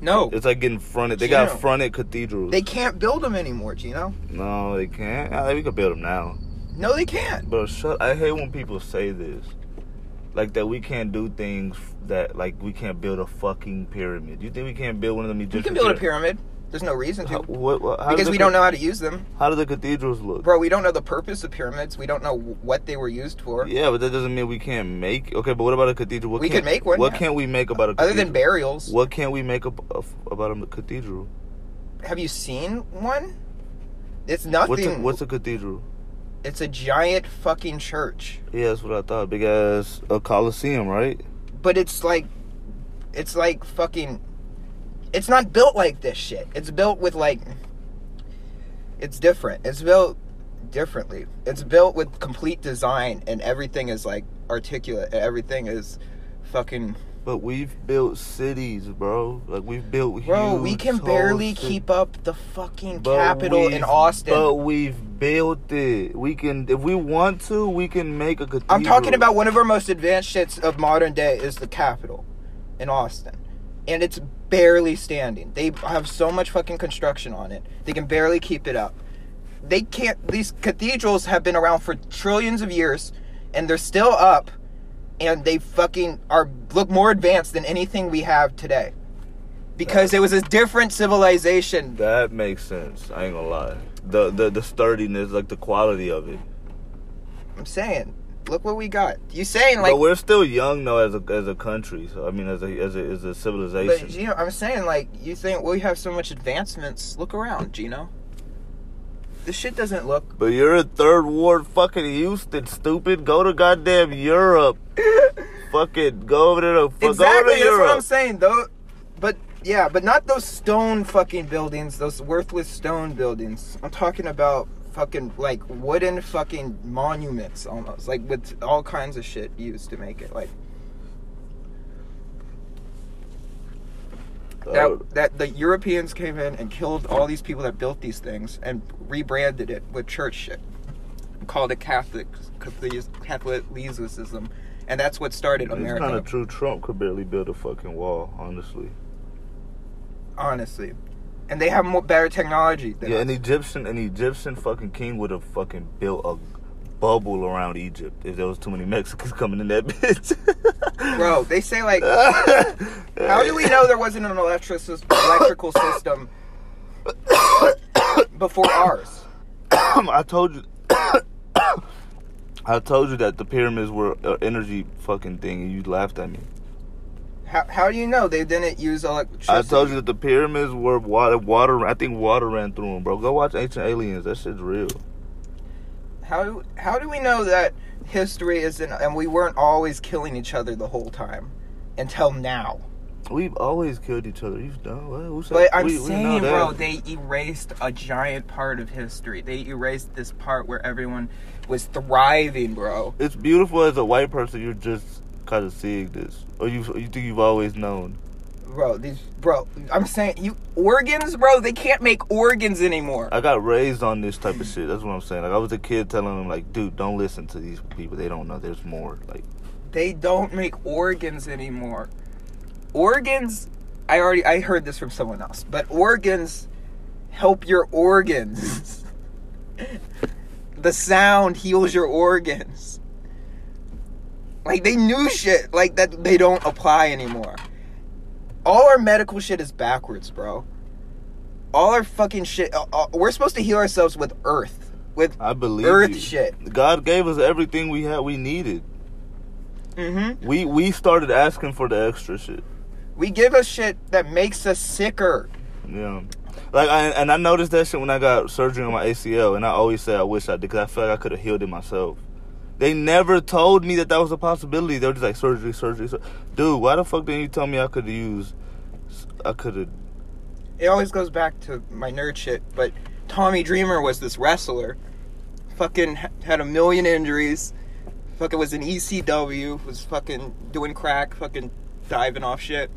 Speaker 5: no,
Speaker 1: It's like getting fronted. They
Speaker 5: Gino.
Speaker 1: got fronted cathedrals.
Speaker 5: Oh. they can't build them anymore, Gino.
Speaker 1: no, they can't. Ah, we could build them now.
Speaker 5: No, they can't.
Speaker 1: Bro, shut. I hate when people say this, like that we can't do things that like we can't build a fucking pyramid. You think we can't build one of them?
Speaker 5: We can build a pyramid. There's no reason to.
Speaker 1: How, what, what, how do
Speaker 5: because
Speaker 1: the
Speaker 5: we
Speaker 1: ca-
Speaker 5: don't know how to use them.
Speaker 1: How do the cathedrals look?
Speaker 5: Bro, we don't know the purpose of pyramids. We don't know what they were used for.
Speaker 1: Yeah, but that doesn't mean we can't make. Okay, but what about a cathedral? What
Speaker 5: We
Speaker 1: can't-
Speaker 5: could make one,
Speaker 1: What
Speaker 5: yeah.
Speaker 1: can't we make about a cathedral?
Speaker 5: Other than burials.
Speaker 1: What can we make up of- about a cathedral?
Speaker 5: Have you seen one? It's
Speaker 1: What's a,
Speaker 5: nothing.
Speaker 1: what's a cathedral?
Speaker 5: It's a giant fucking church.
Speaker 1: Yeah, that's what I thought. Big ass a coliseum, right?
Speaker 5: But it's like it's like fucking it's not built like this shit. It's built with like it's different. It's built differently. It's built with complete design and everything is like articulate and everything is fucking
Speaker 1: But we've built cities, bro. Like we've built.
Speaker 5: Bro,
Speaker 1: huge
Speaker 5: we can
Speaker 1: whole
Speaker 5: barely
Speaker 1: ci-
Speaker 5: keep up the fucking
Speaker 1: But
Speaker 5: capital in
Speaker 1: we've-
Speaker 5: Austin.
Speaker 1: But we've built it. We can, if we want to, we can make a cathedral.
Speaker 5: I'm talking about one of our most advanced shits of modern day is the Capitol in Austin. And it's barely standing. They have so much fucking construction on it. They can barely keep it up. They can't these cathedrals have been around for trillions of years and they're still up and they fucking are look more advanced than anything we have today. Because it was a different civilization.
Speaker 1: That makes sense. I ain't gonna lie. The the the sturdiness, like the quality of it.
Speaker 5: I'm saying, look what we got. You saying like
Speaker 1: but we're still young though, as a as a country. So I mean, as a as a, as a civilization.
Speaker 5: But Gino, I'm saying like you think we have so much advancements. Look around, Gino. This shit doesn't look.
Speaker 1: But you're in third ward fucking Houston, stupid. Go to goddamn
Speaker 5: <laughs>
Speaker 1: Europe. fucking go over there to fuck go
Speaker 5: exactly.
Speaker 1: to
Speaker 5: That's what I'm
Speaker 1: Europe.
Speaker 5: saying, though. But yeah, but not those stone fucking buildings. Those worthless stone buildings. I'm talking about fucking like wooden fucking monuments, almost like with all kinds of shit used to make it. Like
Speaker 1: Oh, Uh,
Speaker 5: that that the Europeans came in and killed all these people that built these things and rebranded it with church shit, and called it Catholic Catholis- Catholicism, and that's what started
Speaker 1: it's
Speaker 5: America.
Speaker 1: kind of true. Trump could barely build a fucking wall, honestly.
Speaker 5: Honestly, and they have more better technology. Than
Speaker 1: Yeah,
Speaker 5: us.
Speaker 1: an Egyptian, an Egyptian fucking king would have fucking built a bubble around Egypt if there was too many Mexicans coming in that <laughs> bitch.
Speaker 5: Bro, they say like, how do we know there wasn't an electric sys-
Speaker 1: <coughs>
Speaker 5: electrical system before ours?
Speaker 1: Um, I told you. <coughs> I told you that the pyramids were an energy fucking thing, and you laughed at me.
Speaker 5: How, how do you know they didn't use electricity?
Speaker 1: I told you that the pyramids were water. Water. I think water ran through them, bro. Go watch Ancient Aliens. That shit's real.
Speaker 5: How do, how do we know that history isn't and we weren't always killing each other the whole time until now?
Speaker 1: We've always killed each other. You know what? Who said-
Speaker 5: But I'm
Speaker 1: we- we know
Speaker 5: saying, bro,
Speaker 1: that.
Speaker 5: they erased a giant part of history. They erased this part where everyone was thriving, bro.
Speaker 1: It's beautiful as a white person. You're just kind of seeing this, or you you think you've always known.
Speaker 5: Bro, these, bro, I'm saying you organs, bro. They can't make organs anymore.
Speaker 1: I got raised on this type of shit. That's what I'm saying. Like I was a kid telling them, like, dude, don't listen to these people. They don't know. There's more. Like,
Speaker 5: They don't make organs anymore. Organs. I already I heard this from someone else, but organs help your organs. <laughs> the sound heals your organs. Like they knew shit like that they don't apply anymore. All our medical shit is backwards, bro. All our fucking shit. Uh, uh, we're supposed to heal ourselves with earth, with
Speaker 1: I believe
Speaker 5: earth
Speaker 1: you.
Speaker 5: shit.
Speaker 1: God gave us everything we had. We needed.
Speaker 5: Mm-hmm.
Speaker 1: We we started asking for the extra shit.
Speaker 5: We give us shit that makes us sicker.
Speaker 1: Yeah. Like I and I noticed that shit when I got surgery on my ACL, and I always say I wish I did because I felt like I could have healed it myself. They never told me that that was a possibility. They were just like surgery, surgery, sur-" Dude, why the fuck didn't you tell me I could have used? I could have.
Speaker 5: it always goes back to my nerd shit, but Tommy Dreamer was this wrestler. Fucking ha- had a million injuries. Fucking was in ECW. Was fucking doing crack. Fucking diving off shit.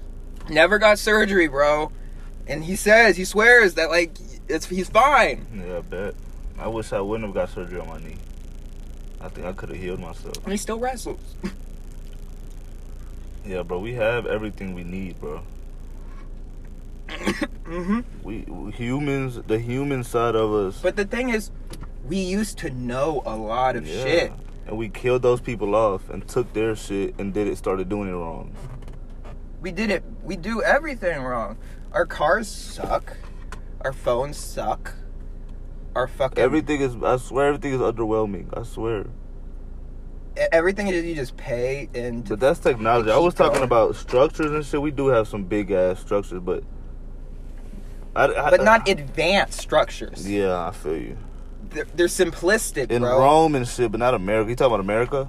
Speaker 5: Never got surgery, bro. And he says, he swears that like it's he's fine.
Speaker 1: Yeah, I bet. I wish I wouldn't have got surgery on my knee. I think I could have healed myself.
Speaker 5: And he still wrestles.
Speaker 1: Yeah, bro. We have everything we need, bro.
Speaker 5: hmm
Speaker 1: We humans, the human side of us.
Speaker 5: But the thing is, we used to know a lot of
Speaker 1: Yeah.
Speaker 5: shit.
Speaker 1: And we killed those people off and took their shit and did it, started doing it wrong.
Speaker 5: We did it. We do everything wrong. Our cars suck. Our phones suck. Our fucking
Speaker 1: Everything is, I swear, everything is underwhelming. I swear.
Speaker 5: e- everything is you just pay and
Speaker 1: But that's technology. I was talking about structures and shit. We do have some big ass structures, but. I, I-
Speaker 5: but not advanced structures.
Speaker 1: Yeah, I feel you.
Speaker 5: They're, they're simplistic,
Speaker 1: In
Speaker 5: bro.
Speaker 1: Rome and shit, but not America. You talking about America?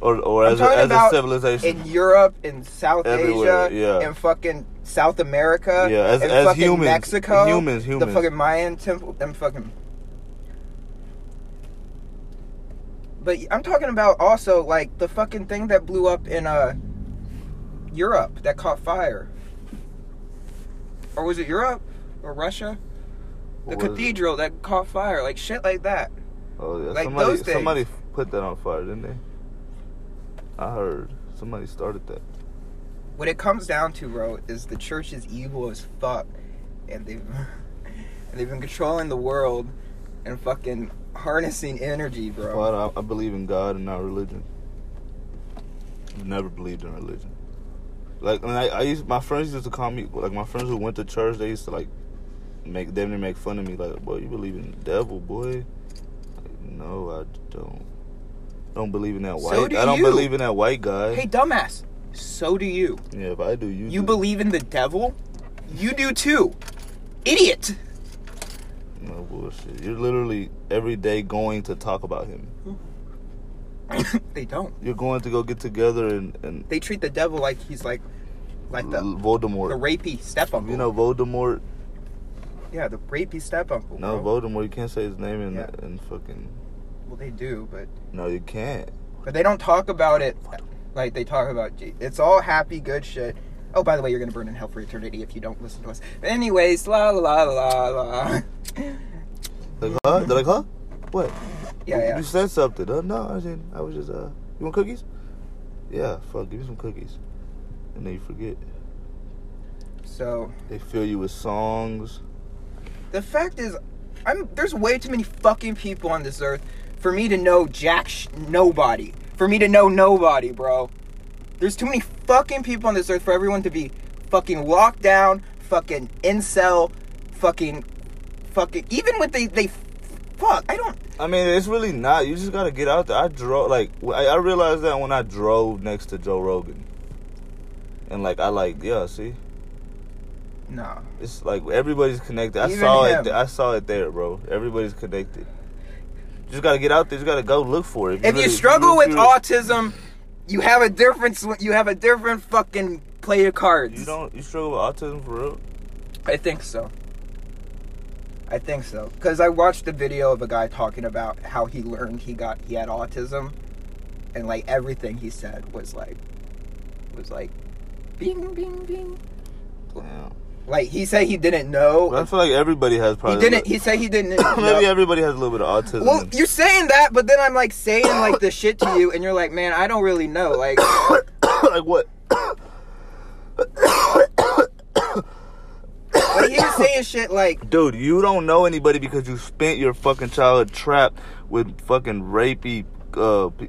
Speaker 1: Or, or
Speaker 5: I'm
Speaker 1: as, a,
Speaker 5: talking
Speaker 1: as a
Speaker 5: about
Speaker 1: civilization?
Speaker 5: In Europe, in South
Speaker 1: Everywhere,
Speaker 5: Asia,
Speaker 1: yeah.
Speaker 5: in fucking South America,
Speaker 1: Yeah, as-
Speaker 5: in
Speaker 1: as
Speaker 5: fucking
Speaker 1: humans-
Speaker 5: Mexico,
Speaker 1: humans,
Speaker 5: the
Speaker 1: humans.
Speaker 5: fucking Mayan temple, and fucking. But I'm talking about also like the fucking thing that blew up in uh Europe that caught fire, or was it Europe or Russia? The
Speaker 1: What was it?
Speaker 5: cathedral that caught fire, like shit like that.
Speaker 1: Oh, yeah.
Speaker 5: like
Speaker 1: somebody,
Speaker 5: those things.
Speaker 1: somebody put that on fire, didn't they? I heard. Somebody started that.
Speaker 5: what it comes down to, bro, is the church is evil as fuck, and they've <laughs> and they've been controlling the world and fucking harnessing energy, bro.
Speaker 1: Well, I, I believe in God and not religion. I've never believed in religion. Like, and I, I used my friends used to call me like my friends who went to church. They used to like make them to make fun of me like, "Boy, you believe in the devil, boy." Like, no, I don't. Don't believe in that
Speaker 5: So
Speaker 1: white.
Speaker 5: do
Speaker 1: I don't
Speaker 5: you.
Speaker 1: believe in that white guy.
Speaker 5: Hey, dumbass. So do you.
Speaker 1: yeah, if I do, you
Speaker 5: You
Speaker 1: do.
Speaker 5: believe in the devil? You do too, idiot. <laughs>
Speaker 1: No bullshit. You're literally every day going to talk about him.
Speaker 5: they don't.
Speaker 1: You're going to go get together and and
Speaker 5: They treat the devil like he's like, like the
Speaker 1: Voldemort.
Speaker 5: the rapey step uncle.
Speaker 1: you know Voldemort.
Speaker 5: Yeah, the rapey step uncle.
Speaker 1: No,
Speaker 5: bro.
Speaker 1: Voldemort. You can't say his name in
Speaker 5: Yeah.
Speaker 1: in fucking.
Speaker 5: Well, they do, but
Speaker 1: No, you can't.
Speaker 5: But they don't talk about it like they talk about Je- it's all happy, good shit. Oh, by the way, you're gonna burn in hell for eternity if you don't listen to us. But anyways, la la la la la. <laughs>
Speaker 1: Like huh? They're like huh? What?
Speaker 5: Yeah,
Speaker 1: you,
Speaker 5: Mm-hmm. yeah.
Speaker 1: you said something. Uh, no, I didn't. I was just uh. You want cookies? Yeah. Fuck. Give me some cookies. And then you forget.
Speaker 5: So
Speaker 1: They fill you with songs.
Speaker 5: the fact is, I'm there's way too many fucking people on this earth for me to know jack sh- nobody. For me to know nobody, bro. There's too many fucking people on this earth for everyone to be fucking locked down, fucking incel, fucking, fucking. Even with they they, fuck. I don't.
Speaker 1: I mean, it's really not. You just gotta get out there. I drove like I, I realized that when I drove next to Joe Rogan, and like I like yeah, see,
Speaker 5: No.
Speaker 1: it's like everybody's connected. I
Speaker 5: Even
Speaker 1: saw
Speaker 5: him.
Speaker 1: it. I saw it there, bro. Everybody's connected. Just gotta get out there. Just gotta go look for it.
Speaker 5: If you
Speaker 1: really-
Speaker 5: struggle
Speaker 1: if
Speaker 5: with
Speaker 1: you-
Speaker 5: autism, you have a difference. You have a different fucking play of cards.
Speaker 1: you don't you struggle with autism for real.
Speaker 5: I think so. I think so. Cause I watched a video of a guy talking about how he learned he got he had autism, and like everything he said was like, was like, bing bing bing. Like he said he didn't
Speaker 1: But I
Speaker 5: know.
Speaker 1: feel like everybody has
Speaker 5: He
Speaker 1: probably.
Speaker 5: didn't. He said he didn't.
Speaker 1: <coughs> <laughs>
Speaker 5: know.
Speaker 1: Maybe everybody has a little bit of autism.
Speaker 5: Well, you're saying that, but then I'm like saying like this shit to you, and you're like, man, I don't really know.
Speaker 1: <coughs>
Speaker 5: Like,
Speaker 1: <coughs> like what?
Speaker 5: but he was saying shit like,
Speaker 1: Dude, you don't know anybody because you spent your fucking childhood trapped with fucking rapey uh, p-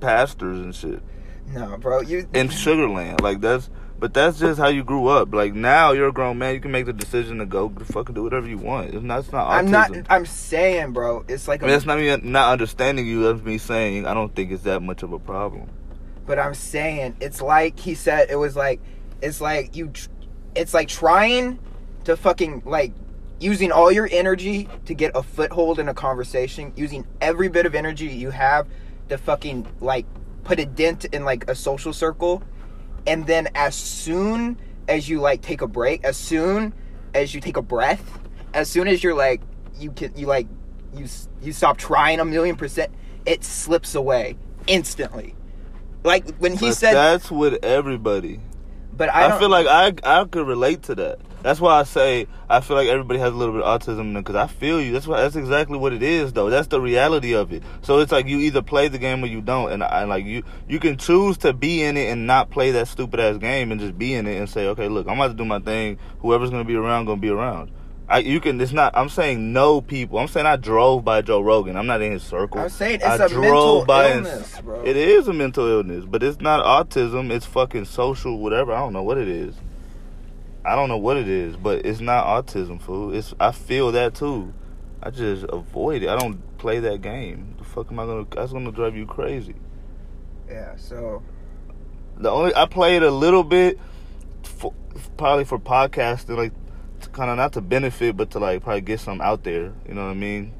Speaker 1: pastors and shit
Speaker 5: no, bro, you
Speaker 1: in Sugarland. Like that's, but that's just how you grew up. Like now you're a grown man, you can make the decision to go fucking do whatever you want. It's not, it's not autism.
Speaker 5: I'm not. I'm saying, bro. It's like.
Speaker 1: I
Speaker 5: A,
Speaker 1: mean, that's not me not understanding you. That's me saying I don't think it's that much of a problem.
Speaker 5: but I'm saying it's like he said. It was like, it's like you, tr- it's like trying to fucking like using all your energy to get a foothold in a conversation, using every bit of energy you have to fucking like put a dent in like a social circle, and then as soon as you like take a break, as soon as you take a breath, as soon as you're like you can you like you s- you stop trying a million percent, it slips away instantly. Like when he
Speaker 1: But
Speaker 5: said,
Speaker 1: that's with everybody.
Speaker 5: but I,
Speaker 1: I,
Speaker 5: don't,
Speaker 1: feel like I I could relate to that. That's why I say I feel like everybody has a little bit of autism because I feel you. That's why that's exactly what it is though. That's the reality of it. So it's like you either play the game or you don't, and I like you you can choose to be in it and not play that stupid ass game and just be in it and say okay look I'm about to do my thing. Whoever's gonna be around gonna be around. I, you can. It's not. I'm saying no people. I'm saying I drove by Joe Rogan. I'm not in his circle.
Speaker 5: I'm saying
Speaker 1: I
Speaker 5: it's a mental illness, bro.
Speaker 1: It is a mental illness, but it's not autism. It's fucking social, whatever. I don't know what it is. I don't know what it is, but it's not autism, fool. It's I feel that too. I just avoid it. I don't play that game. The fuck am I gonna? That's gonna drive you crazy.
Speaker 5: yeah. So
Speaker 1: The only I played a little bit, for, probably for podcasting, like to kind of not to benefit, but to like probably get some out there. You know what I mean?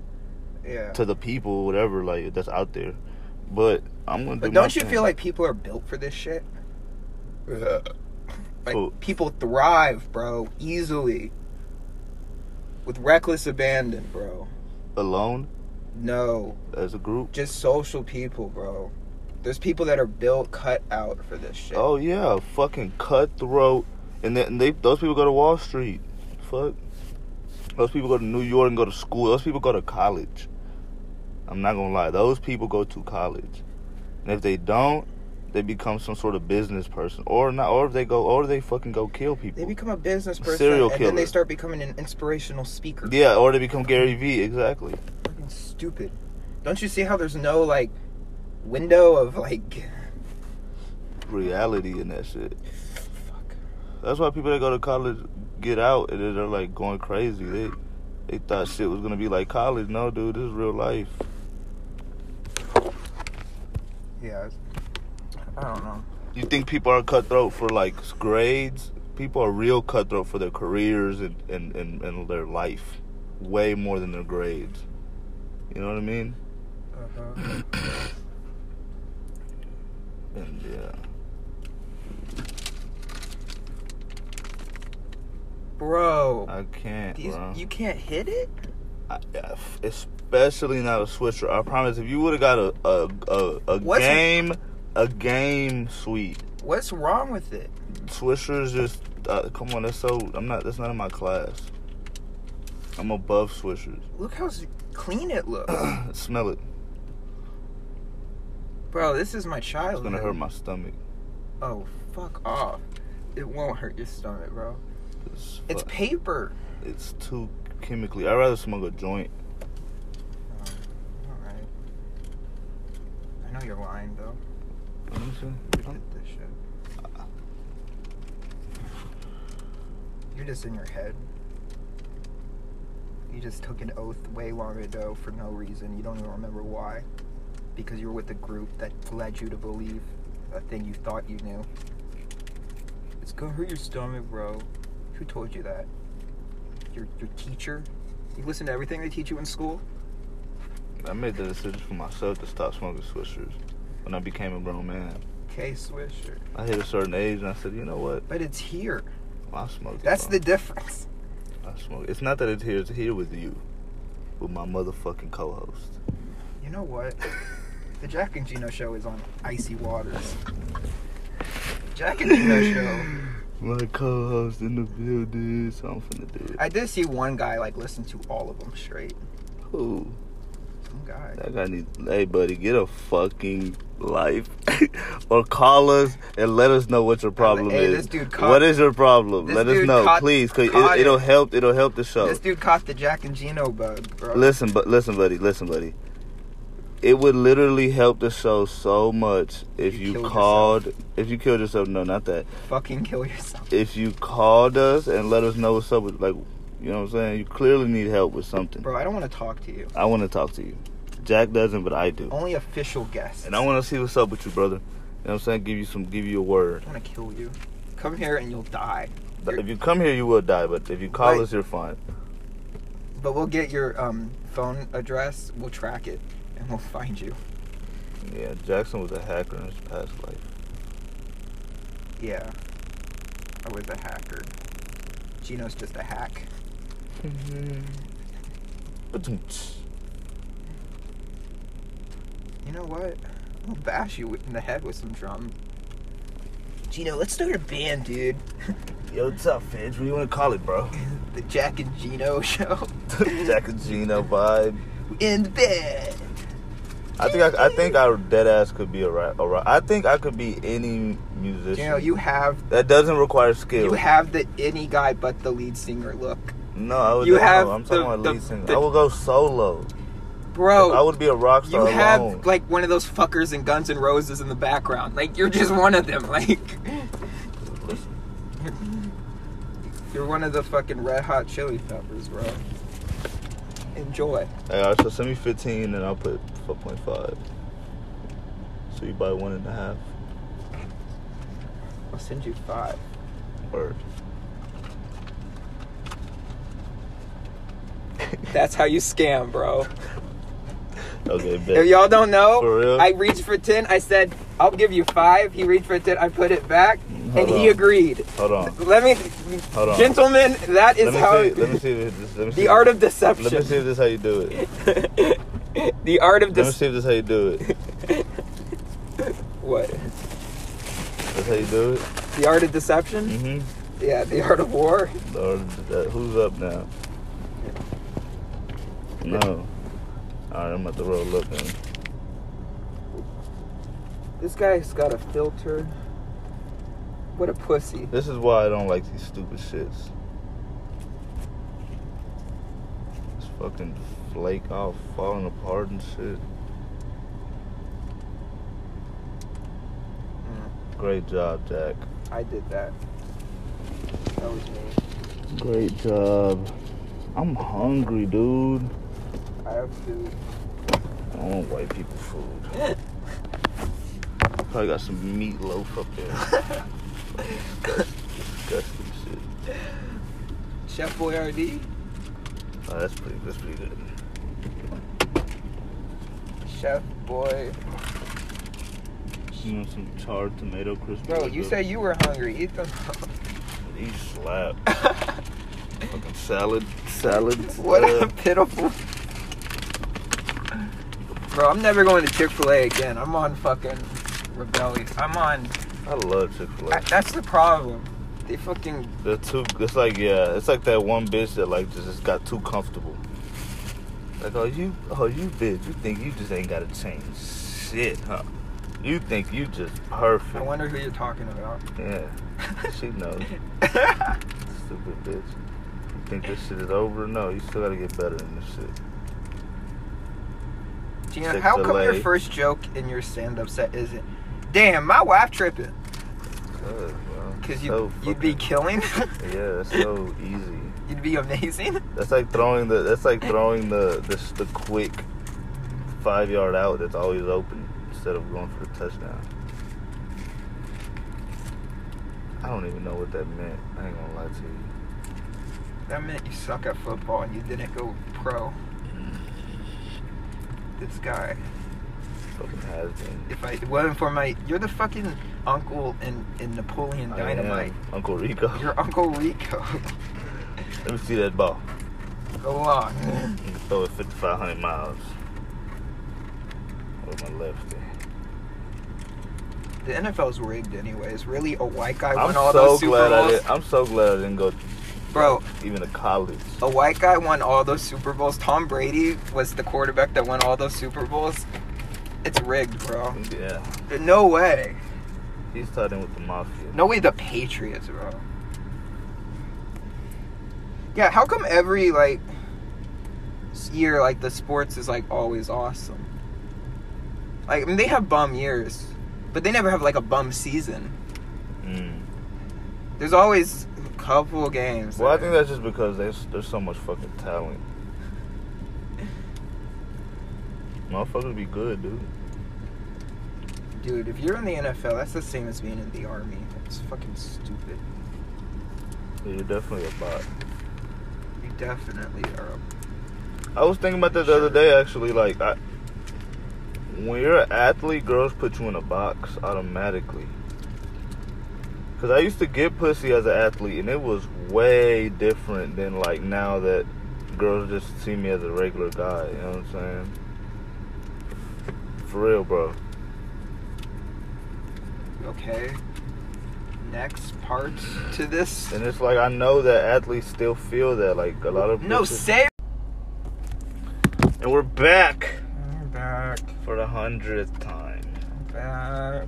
Speaker 5: yeah.
Speaker 1: To the people, whatever, like that's out there. But I'm gonna. do
Speaker 5: But
Speaker 1: my
Speaker 5: don't you
Speaker 1: thing.
Speaker 5: feel like people are built for
Speaker 1: <laughs>
Speaker 5: this shit? Like
Speaker 1: Who?
Speaker 5: people thrive, bro, easily. With reckless abandon, bro.
Speaker 1: alone
Speaker 5: No,
Speaker 1: as a group?
Speaker 5: just social people, bro. There's people that are built cut out for this shit.
Speaker 1: Oh yeah, fucking cutthroat, and then and they those people go to Wall Street. Fuck, those people go to New York and go to school. Those people go to college. I'm not gonna lie, those people go to college, and if they don't, they become some sort of business person, or not, or if they go, or they fucking go kill people.
Speaker 5: They become a business person
Speaker 1: Serial
Speaker 5: and
Speaker 1: killer.
Speaker 5: then they start becoming an inspirational speaker.
Speaker 1: yeah, or they become Gary Vee. Exactly.
Speaker 5: Fucking stupid. Don't you see how there's no like window of like <laughs>
Speaker 1: Reality and that shit.
Speaker 5: fuck.
Speaker 1: That's why people that go to college get out and then they're like going crazy. They they thought shit was gonna be like college. No, dude, this is real life.
Speaker 5: Yeah. I don't know.
Speaker 1: You think people are cutthroat for like grades? People are real cutthroat for their careers and, and, and, and their life way more than their grades. You know what I mean?
Speaker 5: Uh-huh.
Speaker 1: And yeah.
Speaker 5: Bro.
Speaker 1: I can't,
Speaker 5: These,
Speaker 1: bro.
Speaker 5: you can't hit it?
Speaker 1: I- I- especially not a switcher. I promise if you would have got a a, a, a
Speaker 5: What's-
Speaker 1: game a game suite
Speaker 5: What's wrong with it?
Speaker 1: Swishers just uh, come on. That's so. I'm not. That's not in my class. I'm above Swishers. <coughs>
Speaker 5: Look how s- clean it looks.
Speaker 1: <clears throat> Smell it.
Speaker 5: Bro, this is my
Speaker 1: It's
Speaker 5: childhood.
Speaker 1: gonna hurt my stomach.
Speaker 5: Oh, fuck off. It won't hurt your stomach, bro.
Speaker 1: It's,
Speaker 5: It's
Speaker 1: fu-
Speaker 5: paper.
Speaker 1: it's too chemically. I'd rather smoke a joint.
Speaker 5: Alright. I know you're lying, though.
Speaker 1: You know what I'm saying?
Speaker 5: Forget this shit. Uh-uh. You're just in your head. You just took an oath way long ago for no reason. You don't even remember why. Because you were with a group that led you to believe a thing you thought you knew. It's gonna hurt your stomach, bro. Who told you that? Your your teacher? You listen to everything they teach you in school?
Speaker 1: I made the decision for myself to stop smoking Swishers when I became a grown man.
Speaker 5: Okay, Swisher.
Speaker 1: I hit a certain age and I said, you know what?
Speaker 5: But it's here.
Speaker 1: I smoke. it,
Speaker 5: That's
Speaker 1: bro.
Speaker 5: the difference.
Speaker 1: I smoke. it. It's not that it's here. It's here with you, with my motherfucking
Speaker 5: <laughs>
Speaker 1: co-host.
Speaker 5: You know what? The Jack and Gino show is on icy waters. Jack and Gino show.
Speaker 1: My co-host in the building. So I'm finna do it.
Speaker 5: I did see one guy like listen to all of them straight.
Speaker 1: Ooh,
Speaker 5: Some guy.
Speaker 1: that guy needs. Hey, buddy, get a fucking life, <laughs> or call us and let us know what your problem
Speaker 5: Hey,
Speaker 1: is.
Speaker 5: this dude caught-
Speaker 1: what is your problem?
Speaker 5: this
Speaker 1: Let us
Speaker 5: dude
Speaker 1: know,
Speaker 5: caught-
Speaker 1: please, cause
Speaker 5: caught
Speaker 1: it, it'll
Speaker 5: it.
Speaker 1: help. It'll help the show.
Speaker 5: This dude caught the Jack and Gino bug, bro.
Speaker 1: Listen, but listen, buddy, listen, buddy. It would literally help the show so much if
Speaker 5: You
Speaker 1: you,
Speaker 5: killed
Speaker 1: called. If you killed yourself, no, not that.
Speaker 5: Fucking kill yourself.
Speaker 1: If you called us and let us know what's up with, like, you know what I'm saying. You clearly need help with something.
Speaker 5: Bro, I don't want to talk to you.
Speaker 1: I want to talk to you. Jack doesn't, but I do.
Speaker 5: Only official guests.
Speaker 1: And I want to see what's up with you, brother. You know what I'm saying? Give you some, give you a word.
Speaker 5: I want to kill you. Come here and you'll die. You're-
Speaker 1: If you come here, you will die. But if you call
Speaker 5: Right.
Speaker 1: us, you're fine.
Speaker 5: But we'll get your um, phone address, we'll track it, and we'll find you.
Speaker 1: Yeah, Jackson was a hacker in his past life.
Speaker 5: Yeah. I was a hacker. Gino's just a hack. Mm-hmm. You know what? I'll bash you in the head with some drum. Gino, let's start a band, dude.
Speaker 1: Yo, what's up, Fidge? What do you want to call it, bro?
Speaker 5: <laughs> The Jack and Gino <laughs> show.
Speaker 1: <laughs> Jack and Gino vibe.
Speaker 5: In bed.
Speaker 1: I think I, I think I dead ass could be a rap. A rap. I think I could be any musician.
Speaker 5: Gino, you have
Speaker 1: that doesn't require skill.
Speaker 5: you have the any guy but the lead singer look.
Speaker 1: no, I would
Speaker 5: you
Speaker 1: no,
Speaker 5: have
Speaker 1: I'm talking
Speaker 5: the-
Speaker 1: about
Speaker 5: the-
Speaker 1: lead singer.
Speaker 5: the-
Speaker 1: I would go solo. I
Speaker 5: Bro,
Speaker 1: would be a rock
Speaker 5: you
Speaker 1: star
Speaker 5: have
Speaker 1: alone.
Speaker 5: like one of those fuckers in Guns N' Roses in the background. Like you're just one of them. <laughs> Like you're one of the fucking red hot chili peppers, bro. Enjoy.
Speaker 1: Hey, all right, so send me 15 and I'll put 4.5. So you buy one and a half.
Speaker 5: I'll send you five.
Speaker 1: Word.
Speaker 5: That's how you scam, bro.
Speaker 1: Okay,
Speaker 5: If
Speaker 1: bet.
Speaker 5: y'all don't know,
Speaker 1: For real?
Speaker 5: I reached for ten. I said, "I'll give you five. He reached for ten. I put it back, and
Speaker 1: Hold on.
Speaker 5: he agreed.
Speaker 1: Hold on.
Speaker 5: Let me,
Speaker 1: Hold on.
Speaker 5: gentlemen. That is
Speaker 1: Let me,
Speaker 5: how
Speaker 1: see,
Speaker 5: <laughs>
Speaker 1: let me see if this, let me see
Speaker 5: the art of
Speaker 1: Let me see
Speaker 5: deception.
Speaker 1: if this how you do it.
Speaker 5: <laughs> the art of
Speaker 1: Let me
Speaker 5: this.
Speaker 1: see if this how you do it.
Speaker 5: What?
Speaker 1: That's how you do it.
Speaker 5: The art of deception?
Speaker 1: Mm-hmm.
Speaker 5: Yeah, the art of war.
Speaker 1: Or that, who's up now? No. All right, I'm about to roll up then.
Speaker 5: This guy's got a filter. What a pussy.
Speaker 1: This is why I don't like these stupid shits. This fucking flake off, falling apart and shit. Hmm. Great job, Jack.
Speaker 5: I did that. That was me.
Speaker 1: Great job. I'm hungry, dude.
Speaker 5: I have food.
Speaker 1: I want white people food. Probably got some meatloaf up there. Disgusting shit.
Speaker 5: Chef Boyardee?
Speaker 1: Oh, that's pretty. That's pretty good.
Speaker 5: Chef Boy.
Speaker 1: You want some charred tomato crisp?
Speaker 5: Bro, you said you were hungry. Eat them.
Speaker 1: He
Speaker 5: <laughs>
Speaker 1: slapped. Fucking salad, salad.
Speaker 5: What
Speaker 1: uh,
Speaker 5: a pitiful. Bro, I'm never going to Chick fil A again. I'm on fucking rebellion. I'm on.
Speaker 1: I love Chick Fil
Speaker 5: I,
Speaker 1: A.
Speaker 5: that's the problem. They fucking.
Speaker 1: They're too. It's like yeah. It's like that one bitch that like just, just got too comfortable. Like oh you, oh you bitch. You think you just ain't gotta change shit, huh? You think you just perfect.
Speaker 5: I wonder who you're talking about.
Speaker 1: Yeah, she
Speaker 5: <laughs>
Speaker 1: knows. Stupid bitch. You think this shit is over? No, you still gotta get better than this shit.
Speaker 5: Gina,
Speaker 1: Chick
Speaker 5: how
Speaker 1: fil
Speaker 5: come
Speaker 1: A.
Speaker 5: your first joke in your stand-up set isn't Damn, my wife tripping.
Speaker 1: Good, bro.
Speaker 5: Cause you
Speaker 1: So
Speaker 5: you'd be killing, <laughs>
Speaker 1: fucking- Yeah, it's so easy.
Speaker 5: you'd be amazing.
Speaker 1: That's like throwing the. That's like throwing the the, s- the quick five yard out that's always open instead of going for the touchdown. I don't even know what that meant. I ain't gonna lie to you.
Speaker 5: That meant you suck at football and you didn't go pro. This guy,
Speaker 1: Fucking has been.
Speaker 5: if I it wasn't for my, you're the fucking uncle in in Napoleon
Speaker 1: I am
Speaker 5: Dynamite.
Speaker 1: Uncle Rico.
Speaker 5: Your uncle
Speaker 1: <laughs>
Speaker 5: Rico. <laughs>
Speaker 1: Let me see that ball.
Speaker 5: Go on.
Speaker 1: You can throw it 5,500 miles. With my left.
Speaker 5: The NFL's rigged, anyways. Really, a white guy
Speaker 1: I'm
Speaker 5: won all
Speaker 1: so
Speaker 5: those Super
Speaker 1: glad I
Speaker 5: Bowls,
Speaker 1: did, I'm so glad I didn't go
Speaker 5: bro.
Speaker 1: even to college.
Speaker 5: A white guy won all those Super Bowls. Tom Brady was the quarterback that won all those Super Bowls. It's rigged, bro.
Speaker 1: Yeah.
Speaker 5: No way.
Speaker 1: He's tied in with the mafia.
Speaker 5: No way the Patriots, bro. Yeah, how come every like s- year like the sports is like always awesome? Like I mean, they have bum years, but they never have like a bum season.
Speaker 1: Mm.
Speaker 5: There's always a couple games.
Speaker 1: Well, I
Speaker 5: that-
Speaker 1: think that's just because there's there's so much fucking talent. Motherfuckers be good, dude.
Speaker 5: dude, if you're in the NFL, that's the same as being in the army. It's fucking stupid.
Speaker 1: Yeah, You're definitely a bot.
Speaker 5: You definitely are. a-
Speaker 1: I was thinking about that the other day, actually. Like, I, when you're an athlete, girls put you in a box automatically. Cause I used to get pussy as an athlete, and it was way different than like now that girls just see me as a regular guy. You know what I'm saying? For real, bro.
Speaker 5: Okay. Next part to this.
Speaker 1: And it's like I know that athletes still feel that. Like a lot of
Speaker 5: No,
Speaker 1: bitches-
Speaker 5: say.
Speaker 1: And we're back
Speaker 6: Back,
Speaker 1: for the hundredth time.
Speaker 6: back,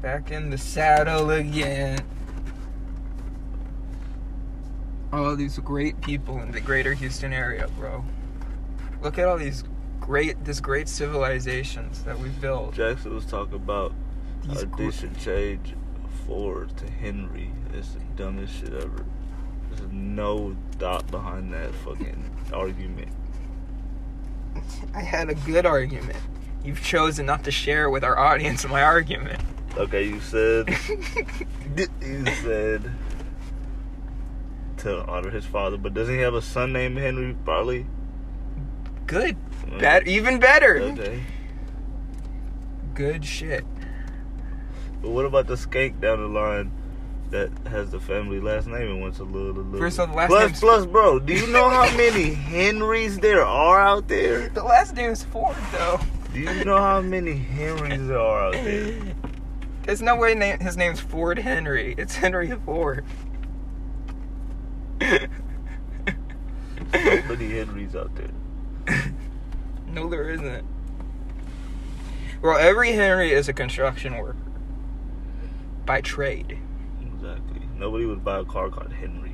Speaker 6: back in the saddle again.
Speaker 5: all these great people in the greater Houston area, bro.
Speaker 6: Look at all these great, this great civilizations that we built.
Speaker 1: Jackson was talking about
Speaker 5: These
Speaker 1: a
Speaker 5: gr-
Speaker 1: decent change Ford to Henry. It's the dumbest shit ever. There's no thought behind that fucking
Speaker 5: <laughs>
Speaker 1: argument.
Speaker 5: I had a good argument. You've chosen not to share with our audience my argument.
Speaker 1: Okay, you
Speaker 5: <laughs>
Speaker 1: said you said to honor his father, but doesn't he have a son named Henry? Probably.
Speaker 5: Good,
Speaker 1: Mm.
Speaker 5: bet, even better.
Speaker 1: Okay.
Speaker 5: Good shit.
Speaker 1: But what about the skank down the line that has the family last name and went to Lil Lil?
Speaker 5: First off, the last
Speaker 1: Plus-
Speaker 5: name's-
Speaker 1: plus, bro, do you know how many Henrys there are out there?
Speaker 5: The last name is Ford, though.
Speaker 1: Do you know how many Henrys there are out there?
Speaker 5: There's no way na- his name's Ford Henry. It's Henry Ford. <laughs>
Speaker 1: So many Henrys out there.
Speaker 5: No, there isn't. Well, every Henry is a construction worker by trade.
Speaker 1: Exactly. Nobody would buy a car called Henry.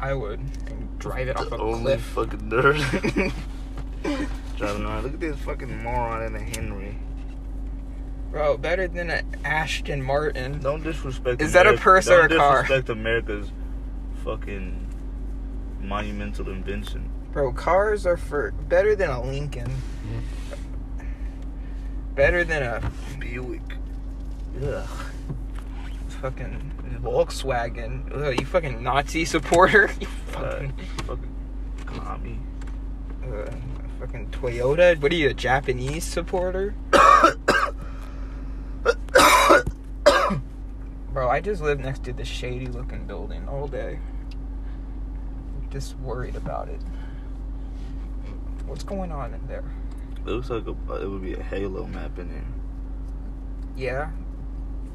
Speaker 5: I would and drive it off
Speaker 1: The
Speaker 5: a
Speaker 1: only
Speaker 5: cliff.
Speaker 1: fucking nerd. <laughs> Driving around. Look at this fucking moron in a Henry.
Speaker 5: <laughs> Bro, better than an Ashton Martin.
Speaker 1: Don't disrespect.
Speaker 5: Is that a
Speaker 1: Ameri-
Speaker 5: purse or
Speaker 1: don't
Speaker 5: a car?
Speaker 1: Disrespect America's fucking monumental invention.
Speaker 5: Bro, cars are for better than a Lincoln. Better than a
Speaker 1: Buick. Yeah.
Speaker 5: fucking Volkswagen. Ugh, you fucking Nazi supporter. <laughs> You fucking,
Speaker 1: fucking commie.
Speaker 5: uh, fucking Toyota. What are you, a Japanese supporter? Bro, I just lived next to this shady looking building all day. Just worried about it. What's going on in there?
Speaker 1: It looks like a, it would be a Halo map in there.
Speaker 5: Yeah.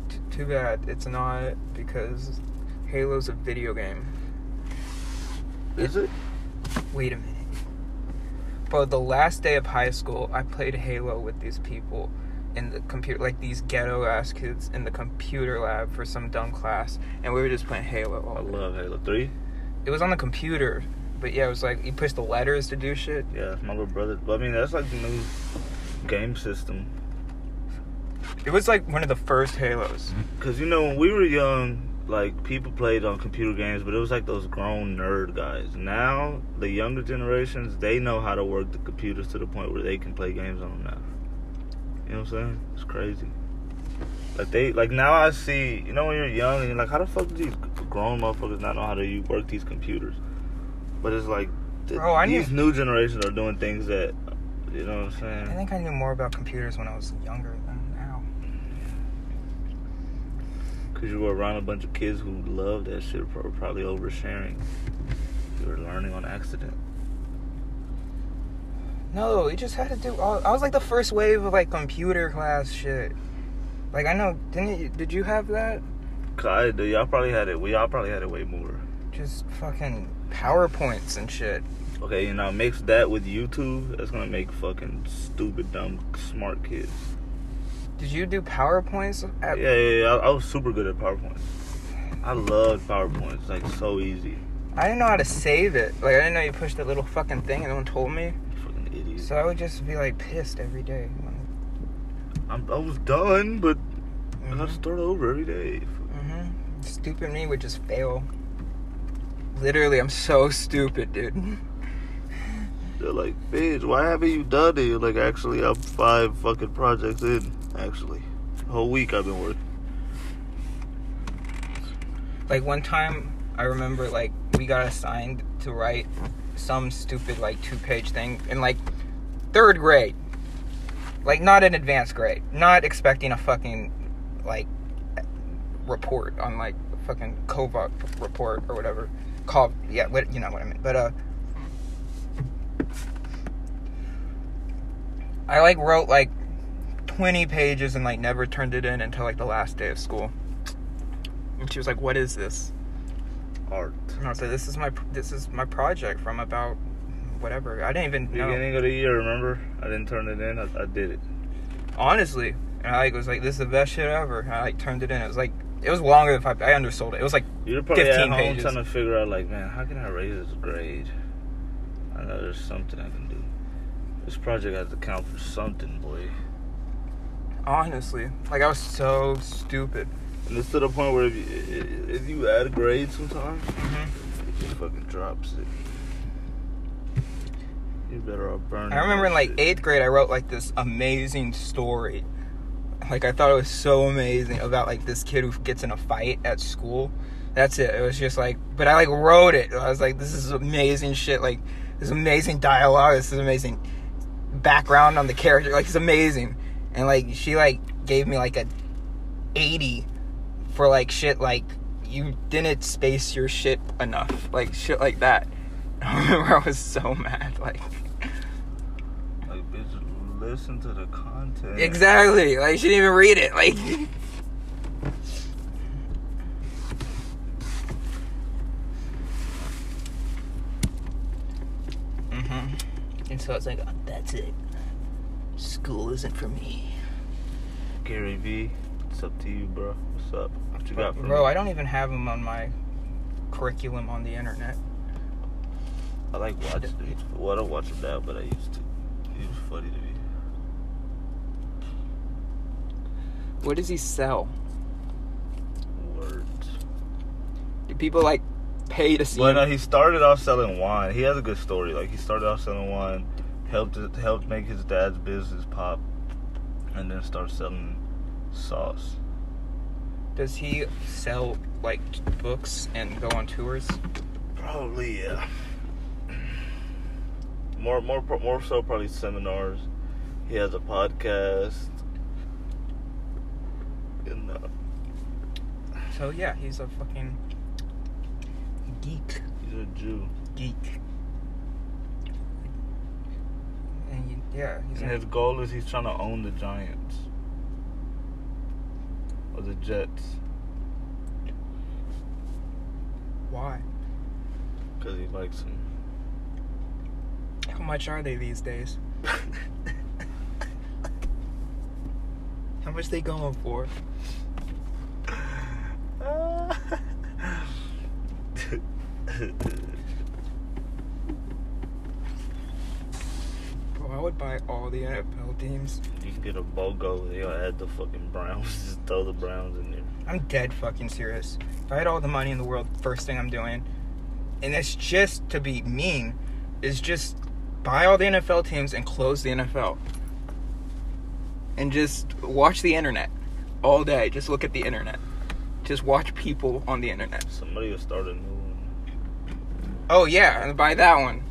Speaker 5: T- too bad it's not because Halo's a video game.
Speaker 1: Is it?
Speaker 5: Wait a minute. Bro, the last day of high school, I played Halo with these people in the computer, like these ghetto ass kids in the computer lab for some dumb class, and we were just playing Halo.
Speaker 1: I
Speaker 5: All day.
Speaker 1: love Halo 3.
Speaker 5: It was on the computer, but yeah, it was like you push the letters to do shit.
Speaker 1: Yeah, my little brother. But I mean, that's like the new game system.
Speaker 5: It was like one of the first Halos.
Speaker 1: Cause you know when we were young, like people played on computer games, but it was like those grown nerd guys. Now the younger generations, they know how to work the computers to the point where they can play games on them now. You know what I'm saying? It's crazy. Like they, like now I see, you know when you're young and you're like, how the fuck do these grown motherfuckers not know how to u- work these computers? But it's like, th-
Speaker 5: Bro, I knew-
Speaker 1: these new generations are doing things that, you know what I'm saying?
Speaker 5: I think I knew more about computers when I was younger than now.
Speaker 1: Because you were around a bunch of kids who love that shit, pro- probably oversharing. You were learning on accident.
Speaker 5: No, you just had to do. All, I was like the first wave of like computer class shit. Like I know, didn't you, did you have that?
Speaker 1: Kai, dude, y'all probably had it. We all probably had it way more.
Speaker 5: Just fucking powerpoints and shit.
Speaker 1: Okay, you know, mix that with YouTube. That's gonna make fucking stupid, dumb, smart kids.
Speaker 5: Did you do powerpoints? At,
Speaker 1: Yeah, yeah, yeah. I, I was super good at PowerPoint. I loved PowerPoint. It's like so easy.
Speaker 5: I didn't know how to save it. Like I didn't know you pushed that little fucking thing and no one told me.
Speaker 1: Fucking idiot.
Speaker 5: So I would just be like pissed every day. when-
Speaker 1: I'm, I was done, but I gotta start over every day.
Speaker 5: Mhm. Stupid me would just fail. Literally, I'm so stupid, dude. <laughs>
Speaker 1: They're like, bitch, why haven't you done it? You're like, actually, I'm five fucking projects in. Actually, whole week I've been working.
Speaker 5: Like one time, I remember like we got assigned to write some stupid like two-page thing in like third grade, like not in advanced grade, not expecting a fucking like report on like fucking Kovac report or whatever. Call yeah, what, you know what I mean. But uh, I like wrote like 20 pages and like never turned it in until like the last day of school. And she was like, "What is this?"
Speaker 1: Art.
Speaker 5: And I was like, "This is my this is my project from about whatever. I didn't even know
Speaker 1: Beginning of the year, remember? I didn't turn it in. I, I did it.
Speaker 5: honestly." And I like was like, "This is the best shit ever." And I like turned it in. It was like it was longer than five. I undersold it. It was like
Speaker 1: You're probably at
Speaker 5: 15
Speaker 1: home
Speaker 5: pages.
Speaker 1: trying to figure out, like, man, how can I raise this grade? I know there's something I can do. This project has to count for something, boy.
Speaker 5: honestly, like I was so stupid.
Speaker 1: And it's to the point where if you, if you add a grade sometimes, it just fucking drops it. You better off burning.
Speaker 5: I remember
Speaker 1: that
Speaker 5: in like
Speaker 1: shit.
Speaker 5: eighth grade, I wrote like this amazing story. Like I thought it was so amazing about like this kid who gets in a fight at school. That's it. It was just like, but I like wrote it. I was like, this is amazing shit. Like this is amazing dialogue. This is amazing background on the character. Like it's amazing. And like she like gave me like a eighty for like shit like you didn't space your shit enough. Like shit like that. <laughs> I remember I was so mad. Like.
Speaker 1: Like, bitch, listen to the content.
Speaker 5: Exactly. Like she didn't even read it. <laughs> Like Mhm. And so it's like oh, that's it. School isn't for me.
Speaker 1: Gary V, it's up to you, bro. What's up? What you got for
Speaker 5: Bro,
Speaker 1: me?
Speaker 5: I don't even have them on my curriculum on the internet.
Speaker 1: I like watching it. Well, I don't watch it now, but I used to. It was funny to me.
Speaker 5: What does he sell?
Speaker 1: Words.
Speaker 5: Do people like pay to see
Speaker 1: Well, no, he started off selling wine. He has a good story. Like he started off selling wine, helped helped make his dad's business pop, and then start selling sauce.
Speaker 5: Does he sell like books and go on tours?
Speaker 1: Probably yeah. More more pro- more so probably seminars. He has a podcast. And uh,
Speaker 5: So yeah, he's a fucking geek.
Speaker 1: he's a Jew.
Speaker 5: geek. And you, yeah, he's
Speaker 1: And his goal is he's trying to own the Giants or the Jets
Speaker 5: why?
Speaker 1: because he likes them. <laughs>
Speaker 5: How much are they these days? How much they going for?
Speaker 1: you
Speaker 5: Bro, I would buy all the NFL teams.
Speaker 1: can get a BOGO, they'll add the fucking Browns. Just throw the Browns in there.
Speaker 5: I'm dead fucking serious. If I had all the money in the world, first thing I'm doing, and it's just to be mean, is just buy all the NFL teams and close the NFL. And just watch the internet all day. Just look at the internet. Just watch people on the internet.
Speaker 1: Somebody will start a new one.
Speaker 5: Oh yeah, and buy that one.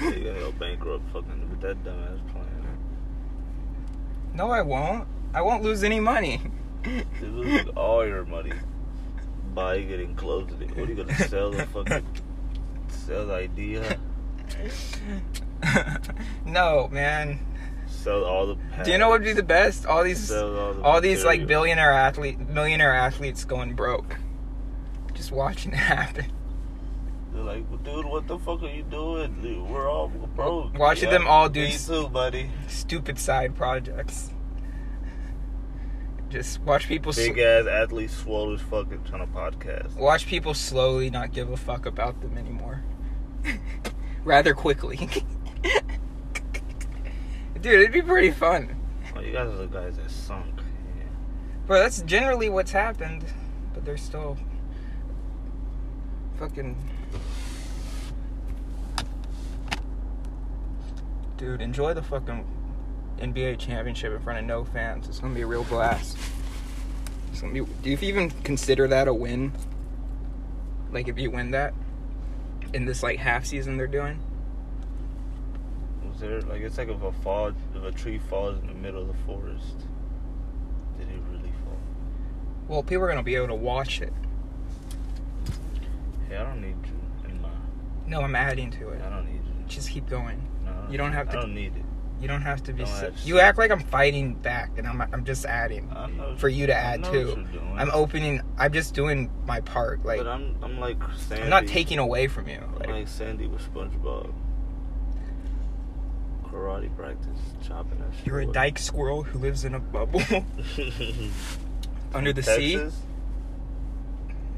Speaker 1: They're gonna go bankrupt fucking with that dumbass plan.
Speaker 5: No, I won't. I won't lose any money. <laughs>
Speaker 1: They lose all your money by getting close to it. What are you gonna sell the fucking sell the idea?
Speaker 5: no, man.
Speaker 1: Sell all the patents,
Speaker 5: Do you know what would be the best? All these
Speaker 1: sell all, the
Speaker 5: all these like
Speaker 1: material.
Speaker 5: billionaire athlete millionaire athletes going broke. Just watching <laughs> it happen.
Speaker 1: They're like, "Well, dude, what the fuck are you doing? Dude, we're all broke.
Speaker 5: Watching them all do
Speaker 1: Me
Speaker 5: s-
Speaker 1: too, buddy.
Speaker 5: Stupid side projects. Just watch people sl-
Speaker 1: Big ass athlete swole as fucking trying to podcast.
Speaker 5: watch people slowly not give a fuck about them anymore. <laughs> Rather quickly. <laughs> Dude, it'd be pretty fun.
Speaker 1: Oh, you guys are the guys that sunk. Yeah.
Speaker 5: But that's generally what's happened. But there's still fucking Dude, enjoy the fucking NBA championship in front of no fans. It's gonna be a real blast. It's gonna be do you even consider that a win? Like if you win that in this like half season they're doing?
Speaker 1: Was there like it's like if a fall if a tree falls in the middle of the forest, did it really fall?
Speaker 5: Well people are gonna be able to watch it.
Speaker 1: Hey, I don't need you in my.
Speaker 5: No, I'm adding to it.
Speaker 1: I don't need you.
Speaker 5: Just keep going.
Speaker 1: No, I don't
Speaker 5: You don't
Speaker 1: need-
Speaker 5: have to-
Speaker 1: I don't need it.
Speaker 5: You don't have to be.
Speaker 1: Don't
Speaker 5: si-
Speaker 1: add
Speaker 5: you
Speaker 1: shit.
Speaker 5: act like I'm fighting back, and I'm I'm just adding
Speaker 1: I know
Speaker 5: for you to add
Speaker 1: I know What
Speaker 5: too.
Speaker 1: you're doing,
Speaker 5: I'm opening. I'm just doing my part. Like
Speaker 1: but I'm I'm like Sandy.
Speaker 5: I'm not taking away from you.
Speaker 1: I'm
Speaker 5: Like,
Speaker 1: like Sandy with SpongeBob. Karate practice, chopping that shit.
Speaker 5: you're a
Speaker 1: up. <laughs>
Speaker 5: dyke squirrel who lives in a bubble under the sea.
Speaker 1: Texas?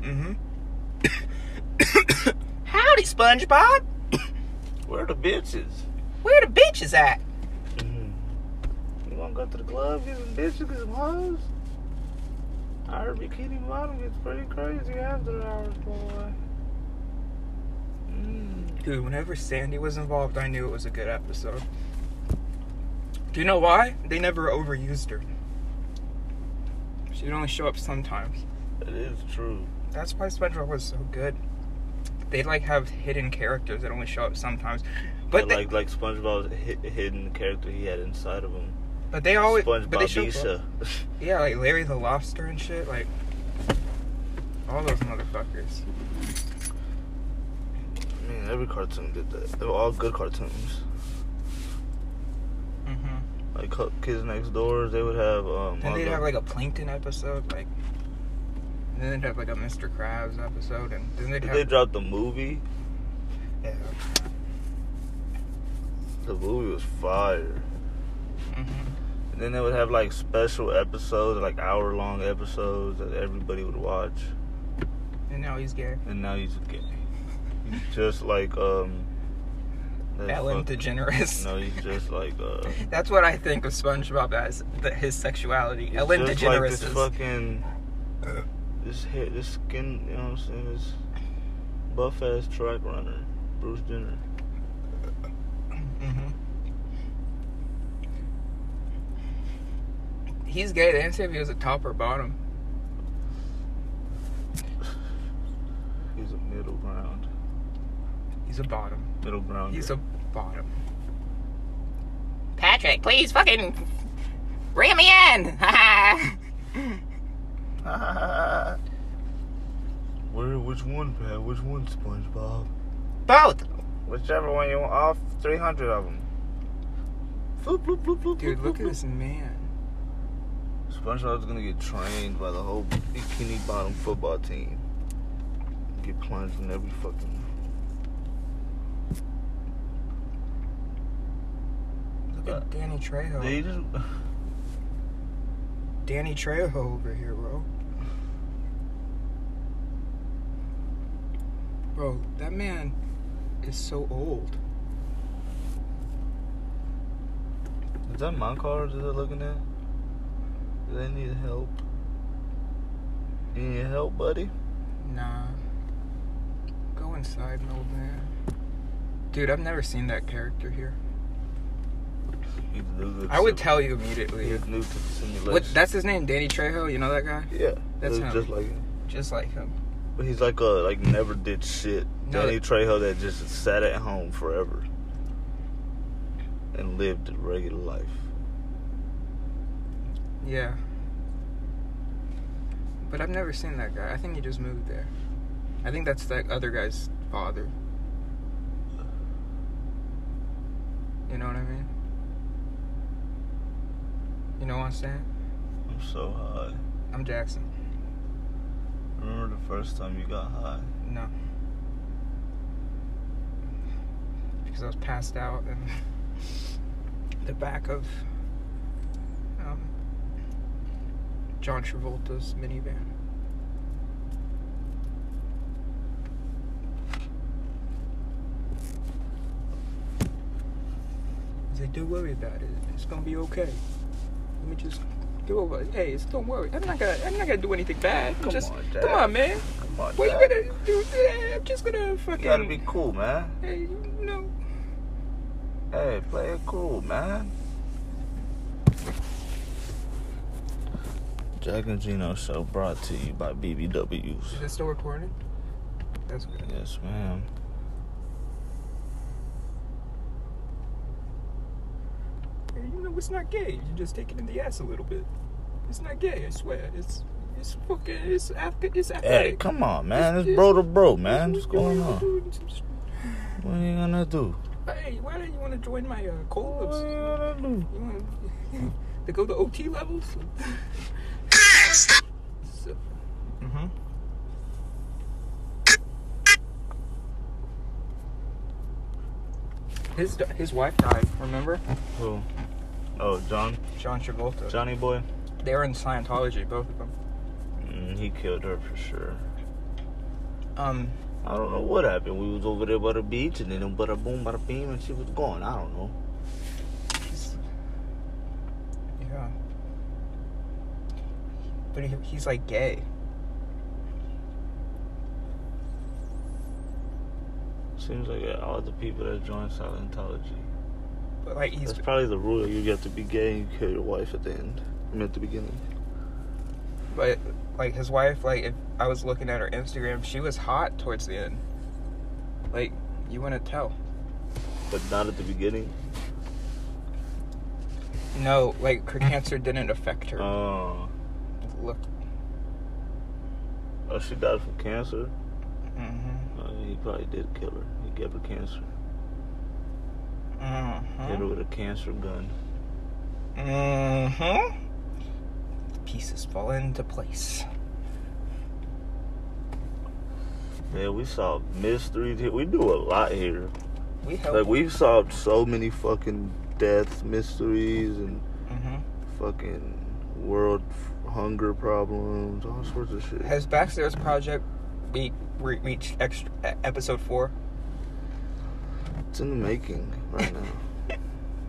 Speaker 5: Mm-hmm. <coughs> Howdy, SpongeBob.
Speaker 1: Where the bitches?
Speaker 5: Where the beaches at?
Speaker 1: Mm-hmm. You wanna go to the club, get some bitches, get some hoes? Our bikini model gets pretty crazy after hours, boy. Mm.
Speaker 5: Dude, whenever Sandy was involved, I knew it was a good episode. Do you know why? They never overused her. She would only show up sometimes.
Speaker 1: It is true.
Speaker 5: That's why SpongeBob was so good. They like have hidden characters that only show up sometimes, but
Speaker 1: But
Speaker 5: they,
Speaker 1: like like SpongeBob's hi- hidden character he had inside of him.
Speaker 5: but they always but they show up-
Speaker 1: SpongeBobisha. <laughs>
Speaker 5: Yeah, like Larry the Lobster and shit, like all those motherfuckers.
Speaker 1: Man, every cartoon did that. They were all good cartoons.
Speaker 5: Mm-hmm.
Speaker 1: Like Hu- Kids Next Doors, they would have um.
Speaker 5: Then
Speaker 1: all
Speaker 5: they'd
Speaker 1: the-
Speaker 5: have like a plankton episode, like. and Then they'd have like a Mr. Krabs episode, and then they'd
Speaker 1: Did
Speaker 5: have
Speaker 1: they drop the movie?
Speaker 5: yeah.
Speaker 1: The movie was fire.
Speaker 5: hmm
Speaker 1: And then they would have like special episodes, like hour long episodes that everybody would watch.
Speaker 5: And now he's gay.
Speaker 1: And now he's gay. He's
Speaker 5: <laughs>
Speaker 1: just like um that
Speaker 5: Ellen
Speaker 1: fuck-
Speaker 5: DeGeneres.
Speaker 1: No, he's just like
Speaker 5: <laughs>
Speaker 1: uh
Speaker 5: That's what I think of SpongeBob as the, his sexuality.
Speaker 1: he's
Speaker 5: Ellen
Speaker 1: just
Speaker 5: DeGeneres
Speaker 1: like this
Speaker 5: is.
Speaker 1: fucking this hair this skin you know what I'm saying, this buff ass track runner, Bruce Jenner.
Speaker 5: Mhm. He's gay. They didn't say if he was a top or bottom.
Speaker 1: He's a middle ground.
Speaker 5: He's a bottom.
Speaker 1: Middle ground.
Speaker 5: He's a bottom. Patrick, please fucking ram me in. <laughs>
Speaker 1: Where which one, Pat? Which one, SpongeBob?
Speaker 5: Both.
Speaker 1: Whichever one you want, all 300 of them. Floop, bloop, bloop, bloop,
Speaker 5: Dude,
Speaker 1: bloop,
Speaker 5: look
Speaker 1: bloop,
Speaker 5: at this man.
Speaker 1: bloop. SpongeBob's gonna get trained by the whole bikini bottom football team. Get plunged in every fucking.
Speaker 5: Look
Speaker 1: Uh,
Speaker 5: at Danny Trejo.
Speaker 1: They just.
Speaker 5: Danny Trejo over here, bro. Bro, that man is so old.
Speaker 1: Is that my car that they're looking at? Do they need help? You need help, buddy?
Speaker 5: Nah. Go inside, an old man. Dude, I've never seen that character here.
Speaker 1: He's new to the
Speaker 5: I would
Speaker 1: sim-
Speaker 5: tell you immediately.
Speaker 1: He's new to the simulation.
Speaker 5: What? That's his name, Danny Trejo. You know that guy?
Speaker 1: yeah. That's
Speaker 5: that's him.
Speaker 1: just like him.
Speaker 5: Just like him.
Speaker 1: But he's like a like never did shit.
Speaker 5: No.
Speaker 1: Danny Trejo that just sat at home forever and lived a regular life.
Speaker 5: Yeah. But I've never seen that guy. I think he just moved there. I think that's that other guy's father. You know what I mean? You know what I'm saying?
Speaker 1: I'm so high.
Speaker 5: I'm Jackson.
Speaker 1: Remember the first time you got high?
Speaker 5: No. Because I was passed out in the back of um, John Travolta's minivan. He's like, don't worry about it. It's gonna be okay. Let me just do over. Hey, it's don't worry. I'm not gonna. I'm not gonna do anything bad. I'm
Speaker 1: Come
Speaker 5: just
Speaker 1: on,
Speaker 5: come
Speaker 1: Dad.
Speaker 5: on, man.
Speaker 1: Come on,
Speaker 5: What
Speaker 1: Jack.
Speaker 5: you gonna do? eh, I'm just gonna fucking.
Speaker 1: You gotta be cool, man.
Speaker 5: Hey, you know.
Speaker 1: Hey, play it cool, man. Jack and Gino show brought to you by BBWs.
Speaker 5: Is it still recording? That's good.
Speaker 1: Yes, ma'am.
Speaker 5: Hey, you know, it's not gay. You just take it in the ass a little bit. It's not gay. I swear. It's it's fucking it's after it's
Speaker 1: Hey,
Speaker 5: athletic.
Speaker 1: come on, man.
Speaker 5: It's-
Speaker 1: It's bro to bro, man. What's
Speaker 5: It's-
Speaker 1: going
Speaker 5: it's-
Speaker 1: on? What are you gonna do?
Speaker 5: Hey, why don't you want to join my uh,
Speaker 1: What are you
Speaker 5: co-ops?
Speaker 1: gonna do?
Speaker 5: You want <laughs> to go to OT levels? so,
Speaker 1: Mm-hmm.
Speaker 5: his his wife died. Remember,
Speaker 1: Who? Oh, John,
Speaker 5: John Travolta.
Speaker 1: Johnny Boy.
Speaker 5: They were in Scientology, both of them.
Speaker 1: Mm, he killed her for sure.
Speaker 5: Um,
Speaker 1: I don't know what happened. We was over there by the beach, and then bada boom, bada beam, and she was gone. I don't know.
Speaker 5: Yeah. But he, he's like gay.
Speaker 1: Seems like uh, all the people that joined Scientology.
Speaker 5: But like he's
Speaker 1: That's probably the rule. You got to be gay and you kill your wife at the end. I mean, at the beginning.
Speaker 5: but like his wife like if I was looking at her Instagram, she was hot towards the end. Like you wouldn't tell.
Speaker 1: But not at the beginning.
Speaker 5: No, like
Speaker 1: Mm.
Speaker 5: her cancer didn't affect her.
Speaker 1: Oh.
Speaker 5: Look.
Speaker 1: Oh, she died from cancer.
Speaker 5: Mhm.
Speaker 1: Oh, he probably did kill her. He gave her cancer. Hit her
Speaker 5: Mhm.
Speaker 1: with a cancer gun.
Speaker 5: Mhm. The mm-hmm. pieces fall into place.
Speaker 1: Man, we saw mysteries here. We do a lot here.
Speaker 5: We help.
Speaker 1: Like, we've solved so many fucking deaths, mysteries, and
Speaker 5: Mhm.
Speaker 1: fucking world f- hunger problems, all sorts of shit.
Speaker 5: Has Baxter's project we re- reached extra, e-, episode four?
Speaker 1: It's in the making right now.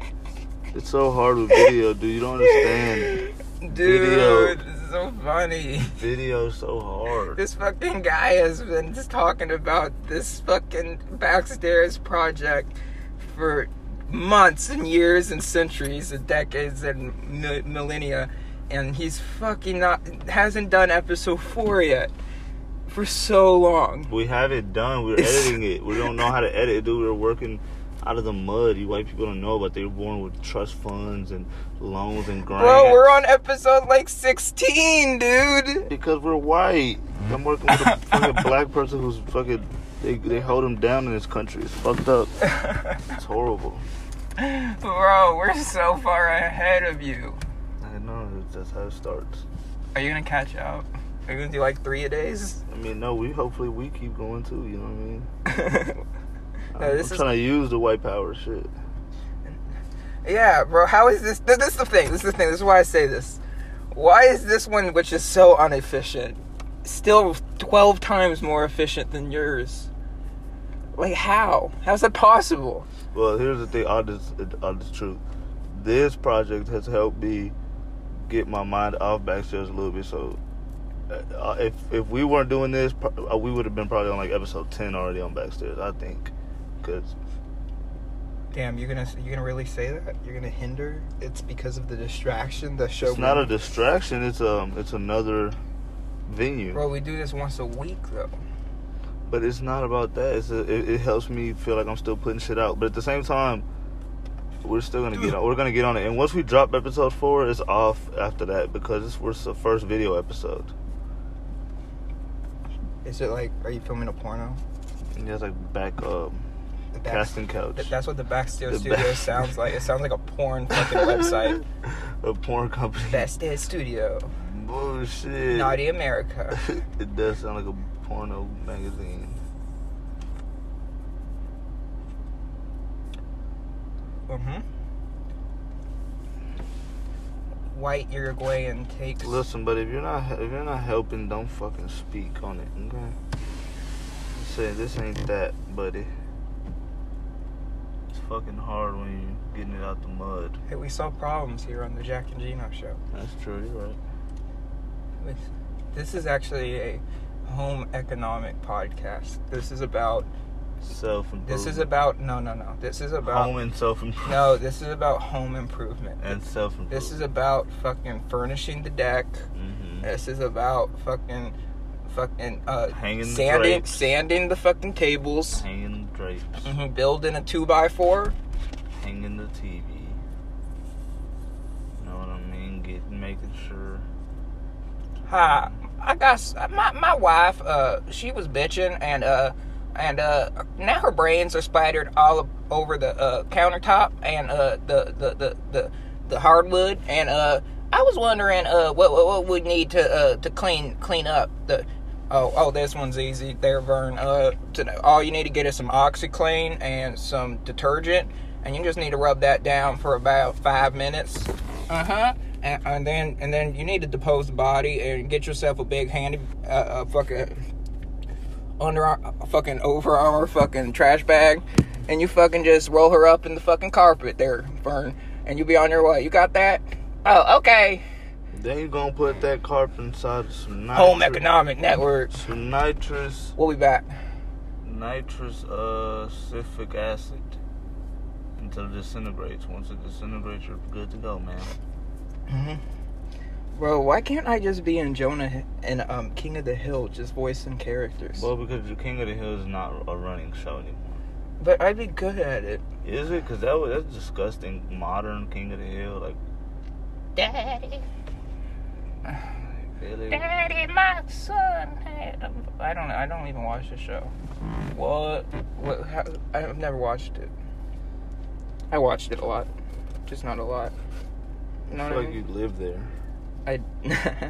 Speaker 1: <laughs> it's so hard with video, dude. You don't understand.
Speaker 5: Dude,
Speaker 1: Video.
Speaker 5: this is so funny.
Speaker 1: Video's so hard.
Speaker 5: This fucking guy has been just talking about this fucking backstairs project for months and years and centuries and decades and mi- millennia, and he's fucking not hasn't done episode four yet for so long.
Speaker 1: We have it done. We're editing it. We don't know how to edit, dude. We're working out of the mud. You white people don't know about. They were born with trust funds and loans and grants.
Speaker 5: Bro, we're on episode like
Speaker 1: <laughs>
Speaker 5: 16, dude.
Speaker 1: because we're white. I'm working with a fucking black person who's fucking. They, they hold him down in this country. It's fucked up. It's horrible.
Speaker 5: Bro, we're so far ahead of you.
Speaker 1: I know. That's how it starts.
Speaker 5: Are you gonna catch up? Are you gonna do like three a days? <laughs>
Speaker 1: I mean, no, we hopefully we keep going too. You know what I mean?
Speaker 5: No,
Speaker 1: I'm
Speaker 5: this is-
Speaker 1: trying to use the white power shit.
Speaker 5: Yeah, bro. How is this? th- This is the thing. This is the thing. This is why I say this. Why is this one, which is so inefficient, still 12 times more efficient than yours? Like, how? How's that possible?
Speaker 1: Well, here's the thing. All this, all this truth. this project has helped me get my mind off backstage a little bit. So, uh, if if we weren't doing this, pro- uh, we would have been probably on like episode ten already on backstage. I think, because
Speaker 7: Damn, you're gonna you're gonna really say that? You're gonna hinder? It's because of the distraction the show.
Speaker 1: it's not a
Speaker 7: brings?
Speaker 1: distraction. It's um it's another venue.
Speaker 5: Bro, we do this once a week though.
Speaker 1: but it's not about that. It's a, it, it helps me feel like I'm still putting shit out. But at the same time, we're still gonna get on. We're gonna get on it. And once we drop episode four, it's off after that because it's was the first video episode.
Speaker 7: Is it like? Are you filming a porno?
Speaker 1: And it's like back um,
Speaker 7: The back- <laughs>
Speaker 1: casting couch,
Speaker 5: Th- that's what the Backstairs
Speaker 1: The
Speaker 5: Studio
Speaker 1: back-
Speaker 5: sounds like. It sounds like a porn fucking
Speaker 1: <laughs>
Speaker 5: website.
Speaker 1: a porn company.
Speaker 5: Backstairs Studio,
Speaker 1: <laughs> Bullshit.
Speaker 5: Naughty America.
Speaker 1: <laughs> it does sound like a porno magazine.
Speaker 5: hmm White Uruguayan takes.
Speaker 1: Listen, but if you're not if you're not helping, don't fucking speak on it. Okay. Say this ain't that, buddy. It's fucking hard when you're getting it out the mud.
Speaker 5: Hey, we saw problems here on the Jack and Gino show.
Speaker 1: That's true. You're right.
Speaker 5: With- This is actually a home economic podcast. This is about.
Speaker 1: Self improvement.
Speaker 5: This is about. No, no, no. This is about.
Speaker 1: home and self improvement.
Speaker 5: No, this is about home improvement.
Speaker 1: And self improvement.
Speaker 5: This is about fucking furnishing the deck.
Speaker 1: hmm
Speaker 5: This is about fucking, fucking, uh,
Speaker 1: Hanging the
Speaker 5: sanding,
Speaker 1: drapes.
Speaker 5: sanding the fucking tables,
Speaker 1: Hanging the drapes.
Speaker 5: hmm building a two by four.
Speaker 1: Hanging the TV. You know what I mean? Get making sure.
Speaker 5: Hi, I got s- my my wife. Uh, she was bitching, and uh, and uh, now her brains are spidered all o- over the uh, countertop and uh, the, the the the the hardwood. And uh, I was wondering uh, what what, what we need to uh, to clean clean up the. Oh, oh, this one's easy there, Vern. Uh, to, all you need to get is some OxyClean and some detergent, and you just need to rub that down for about five minutes. Uh huh. And, and then and then you need to depose the body and get yourself a big handy uh, uh fucking under a fucking over armor fucking trash bag, and you fucking just roll her up in the fucking carpet there, Vern, and you be on your way. You got that? Oh, okay.
Speaker 1: Then you gonna put that carpet inside some nitrous.
Speaker 5: Home Economic Network.
Speaker 1: Some nitrous.
Speaker 5: We'll be back.
Speaker 1: nitrous uh citric acid until it disintegrates. Once it disintegrates, you're good to go, man.
Speaker 5: Bro, why can't I just be in Jonah and um King of the Hill, just voicing characters?
Speaker 1: Well, because the King of the Hill is not a running show anymore.
Speaker 5: but I'd be good at it.
Speaker 1: Is it? Because that was that's disgusting. Modern King of the Hill, like
Speaker 8: Daddy,
Speaker 1: <sighs> really.
Speaker 8: daddy, my son had a
Speaker 5: I don't. I don't even watch the show. What? What? How, I've never watched it. I watched it a lot, just not a lot. You know
Speaker 1: I
Speaker 5: what
Speaker 1: feel
Speaker 5: I
Speaker 1: like
Speaker 5: mean?
Speaker 1: you'd live there.
Speaker 5: I. <laughs>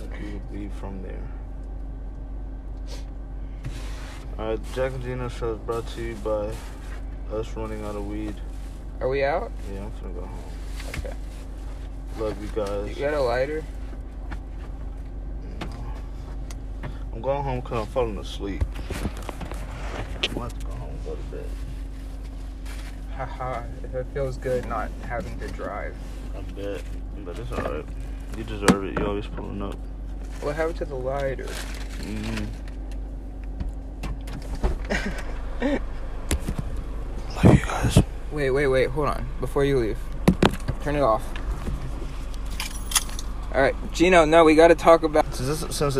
Speaker 1: Like you would be from there. Alright, Jack and Gino show is brought to you by us running out of weed.
Speaker 5: Are we out?
Speaker 1: Yeah, I'm gonna go home.
Speaker 5: Okay.
Speaker 1: Love you guys.
Speaker 5: You got a lighter?
Speaker 1: I'm going home because I'm falling asleep. I'm about to go home and go to bed.
Speaker 5: Haha. It feels good not having to drive.
Speaker 1: I bet. But it's alright. You deserve it. You always pulling up.
Speaker 5: What happened to the lighter? <laughs>
Speaker 1: Mm-hmm. you guys.
Speaker 5: Wait, wait, wait. Hold on. Before you leave, turn it off. All right, Gino. No, we got to talk about.
Speaker 1: Since, this, since